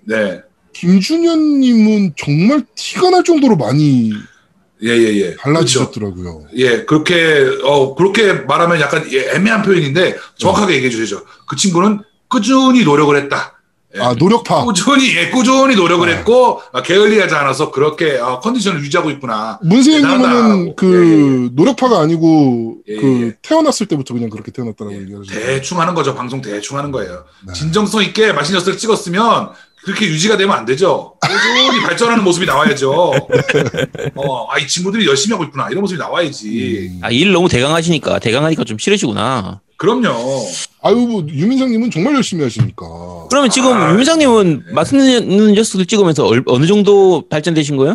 네. 김준현님은 정말 티가 날 정도로 많이 예예예. 그렇죠. 달라지셨더라고요. 예, 그렇게 어 그렇게 말하면 약간 예, 애매한 표현인데 음. 정확하게 얘기해 주시죠. 그 친구는 꾸준히 노력을 했다. 예. 아 노력파. 꾸준히 예, 꾸준히 노력을 네. 했고 아, 게을리하지 않아서 그렇게 어, 컨디션을 유지하고 있구나. 대단하다라고. 문세윤님은 그 노력파가 아니고 예, 그 예, 예. 태어났을 때부터 그냥 그렇게 태어났다라고 예, 얘기하시죠. 대충 하는 거죠. 방송 대충 하는 거예요. 네. 진정성 있게 맛있는 녀석을 찍었으면 그렇게 유지가 되면 안 되죠. 꾸준히 발전하는 모습이 나와야죠. 어, 아, 이 친구들이 열심히 하고 있구나. 이런 모습이 음. 나와야지. 아, 일 너무 대강하시니까, 대강하니까 좀 싫으시구나. 그럼요. 아유 뭐 유민상님은 정말 열심히 하시니까. 그러면 지금 아, 유미상님은 맛있는 녀석들 찍으면서 얼- 어느 정도 발전되신 거예요?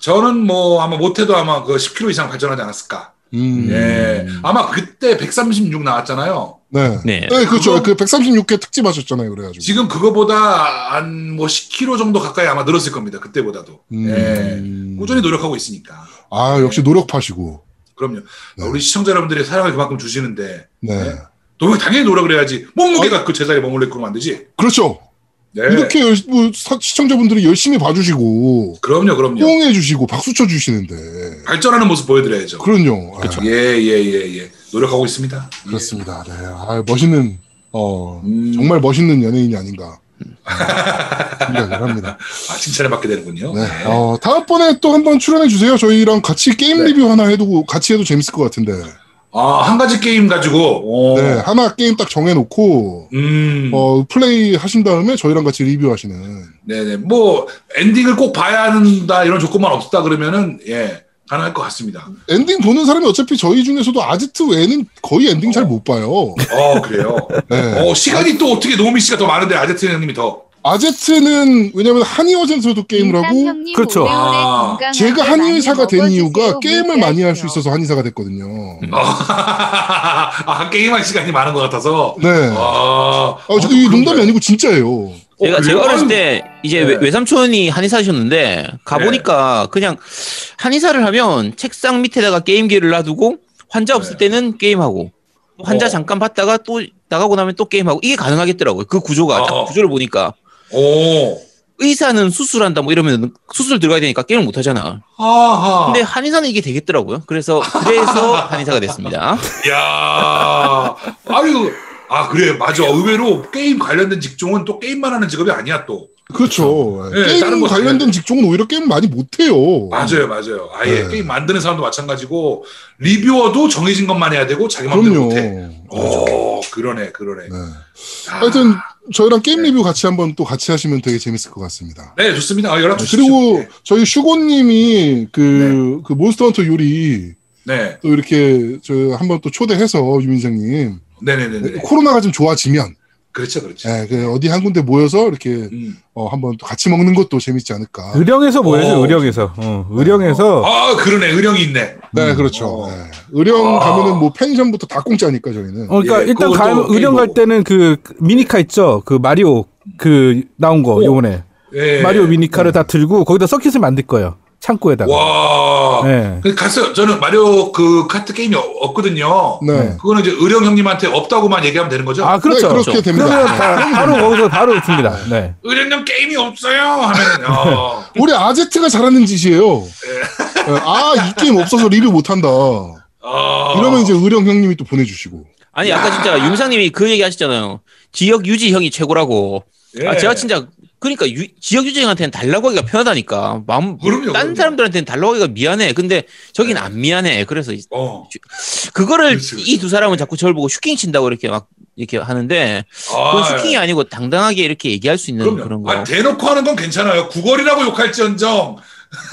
저는 뭐 아마 못해도 아마 그 10kg 이상 발전하지 않았을까. 음. 예. 아마 그때 136 나왔잖아요. 네. 네. 네. 그렇죠. 그거- 그 136회 특집 하셨잖아요, 그래가지고. 지금 그거보다 한 뭐 10kg 정도 가까이 아마 늘었을 겁니다. 그때보다도. 예. 음. 꾸준히 노력하고 예. 있으니까. 아 역시 노력파시고. 그럼요. 네. 우리 시청자 여러분들이 사랑을 그만큼 주시는데 네. 네. 노력 당연히 노력을 해야지. 몸무게가 그 제자리에 머물러 있고 그러면 안 되지. 그렇죠. 네. 이렇게 열, 뭐, 사- 시청자분들이 열심히 봐주시고 그럼요, 그럼요. 어. 호응해주시고 박수 쳐주시는데. 발전하는 모습 보여드려야죠. 그럼요. 그 예, 예, 예, 예. 노력하고 있습니다. 그렇습니다. 네. 아, 멋있는 어 음. 정말 멋있는 연예인이 아닌가 생각을 합니다. 아, 칭찬을 받게 되는군요. 네. 어, 다음번에 또 한번 출연해 주세요. 저희랑 같이 게임 네. 리뷰 하나 해두고 같이 해도 재밌을 것 같은데. 아, 한 가지 게임 가지고, 어, 네. 하나 게임 딱 정해놓고 음, 어, 플레이 하신 다음에 저희랑 같이 리뷰하시는. 네네. 뭐, 엔딩을 꼭 봐야 한다, 이런 조건만 없다 그러면은, 예. 가능할 것 같습니다. 엔딩 보는 사람이 어차피 저희 중에서도 아지트 외에는 거의 엔딩 잘 못 봐요. 어 그래요. 네. 어 시간이 또 어떻게 노미 씨가 더 많은데 아제트 형님이 더. 아제트는 왜냐면 한의원에서도 게임을 하고 그렇죠. 아, 제가 한의사가 된뭐 이유가 게임을 많이 할 수 있어서 한의사가 됐거든요. 어, 아 게임할 시간이 많은 것 같아서. 네. 아, 아, 저, 이 농담이 아니고 진짜예요. 제가 제가 어, 그래요? 어렸을 때 이제 네. 외- 외삼촌이 한의사셨는데 가 보니까 그냥 한의사를 하면 책상 밑에다가 게임기를 놔두고 환자 없을 때는 게임하고 또 환자 네. 어. 잠깐 봤다가 또 나가고 나면 또 게임하고 이게 가능하겠더라고요. 그 구조가 어. 딱 구조를 보니까 오. 의사는 수술한다 뭐 이러면 수술 들어가야 되니까 게임을 못 하잖아. 하하. 근데 한의사는 이게 되겠더라고요. 그래서 그래서 한의사가 됐습니다. 야, 아유, 아 그래 맞아. 의외로 게임 관련된 직종은 또 게임만 하는 직업이 아니야 또. 그렇죠. 네, 다른 게임 거 관련된 직종은 오히려 게임 많이 못해요. 맞아요, 맞아요. 아예 네. 게임 만드는 사람도 마찬가지고 리뷰어도 정해진 것만 해야 되고 자기 그럼요. 마음대로 못해. 네. 어, 그러네, 그러네. 아, 하여튼 저희랑 게임 리뷰 같이 한번 또 같이 하시면 되게 재밌을 것 같습니다. 네, 좋습니다. 아, 연락 네, 주시죠. 그리고 저희 슈고님이 그, 그 몬스터 헌터 요리 네, 또 이렇게 저 한번 또 초대해서 유민생님 네, 네, 네, 네. 코로나가 좀 좋아지면 그렇죠, 그렇죠. 예, 그 어디 한 군데 모여서 이렇게 음. 어, 한번 또 같이 먹는 것도 재밌지 않을까. 의령에서 어. 뭐예요? 의령에서. 어, 의령에서 아, 그러네. 의령이 있네. 네, 그렇죠. 어. 네. 의령 아. 가면은 뭐 펜션부터 다 공짜니까 저희는. 어, 그러니까 예, 일단 그거 가 또 의령 갈 게임하고. 때는 그 미니카 있죠. 그 마리오 그 나온 거 요번에 예. 마리오 미니카를 다 들고 거기다 서킷을 만들 거예요. 창고에다가. 와. 네. 예. 그 갔어요. 저는 마리오 그 카트 게임이 없- 없거든요. 네. 그거는 이제 의령 형님한테 없다고만 얘기하면 되는 거죠? 아 그렇죠. 네, 그렇게 됩니다. 그러면 바, 바로 거기서 바로 줍니다. 네. 의령형 게임이 없어요 하면 어, 우리 아제트가 잘하는 짓이에요. 예, 아, 이 게임 없어서 리뷰 못한다. 어. 이러면 이제 의령 형님이 또 보내주시고. 아니 아까 진짜 유미상님이 그 얘기 하시잖아요. 지역 유지형이 최고라고. 예. 아 제가 진짜 그러니까 유- 지역 유지형한테는 달라고 하기가 편하다니까. 마음 그럼요, 딴 그럼요. 사람들한테는 달라고 하기가 미안해. 근데 저긴 안 미안해. 그래서 이- 어. 그거를 그렇지, 그렇지. 이 두 사람은 자꾸 저를 보고 슈킹 친다고 이렇게 막 이렇게 하는데 그건 아, 슈킹이 아니고 당당하게 이렇게 얘기할 수 있는 그럼요. 그런 거. 아, 대놓고 하는 건 괜찮아요. 구걸이라고 욕할지언정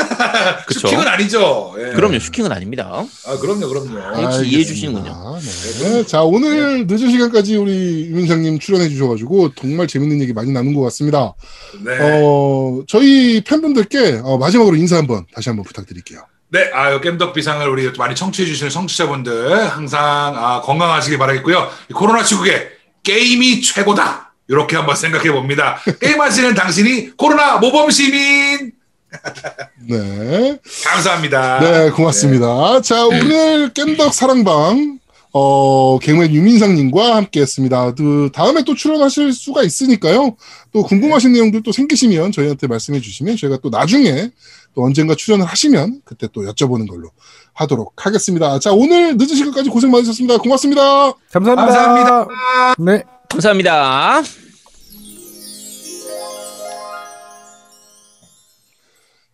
그쵸. 슈킹은 아니죠. 예. 그럼요. 슈킹은 아닙니다. 아, 그럼요, 그럼요. 역시 이해해 알겠습니다. 주시는군요. 네. 자, 오늘 늦은 시간까지 우리 유민상님 출연해 주셔가지고 정말 재밌는 얘기 많이 나눈 것 같습니다. 네, 어, 저희 팬분들께 어, 마지막으로 인사 한번 다시 한번 부탁드릴게요. 네, 아유 겜덕 비상을 우리 많이 청취해 주시는 청취자분들 항상 아, 건강하시길 바라겠고요. 이 코로나 시국에 게임이 최고다. 이렇게 한번 생각해 봅니다. 게임하시는 당신이 코로나 모범 시민. 네. 감사합니다. 네, 고맙습니다. 자, 오늘 겜덕 사랑방, 어, 갱맨 유민상님과 함께 했습니다. 그, 다음에 또 출연하실 수가 있으니까요. 또 궁금하신 내용들 또 생기시면 저희한테 말씀해 주시면 저희가 또 나중에 또 언젠가 출연을 하시면 그때 또 여쭤보는 걸로 하도록 하겠습니다. 자, 오늘 늦은 시간까지 고생 많으셨습니다. 고맙습니다. 감사합니다. 감사합니다. 네. 감사합니다.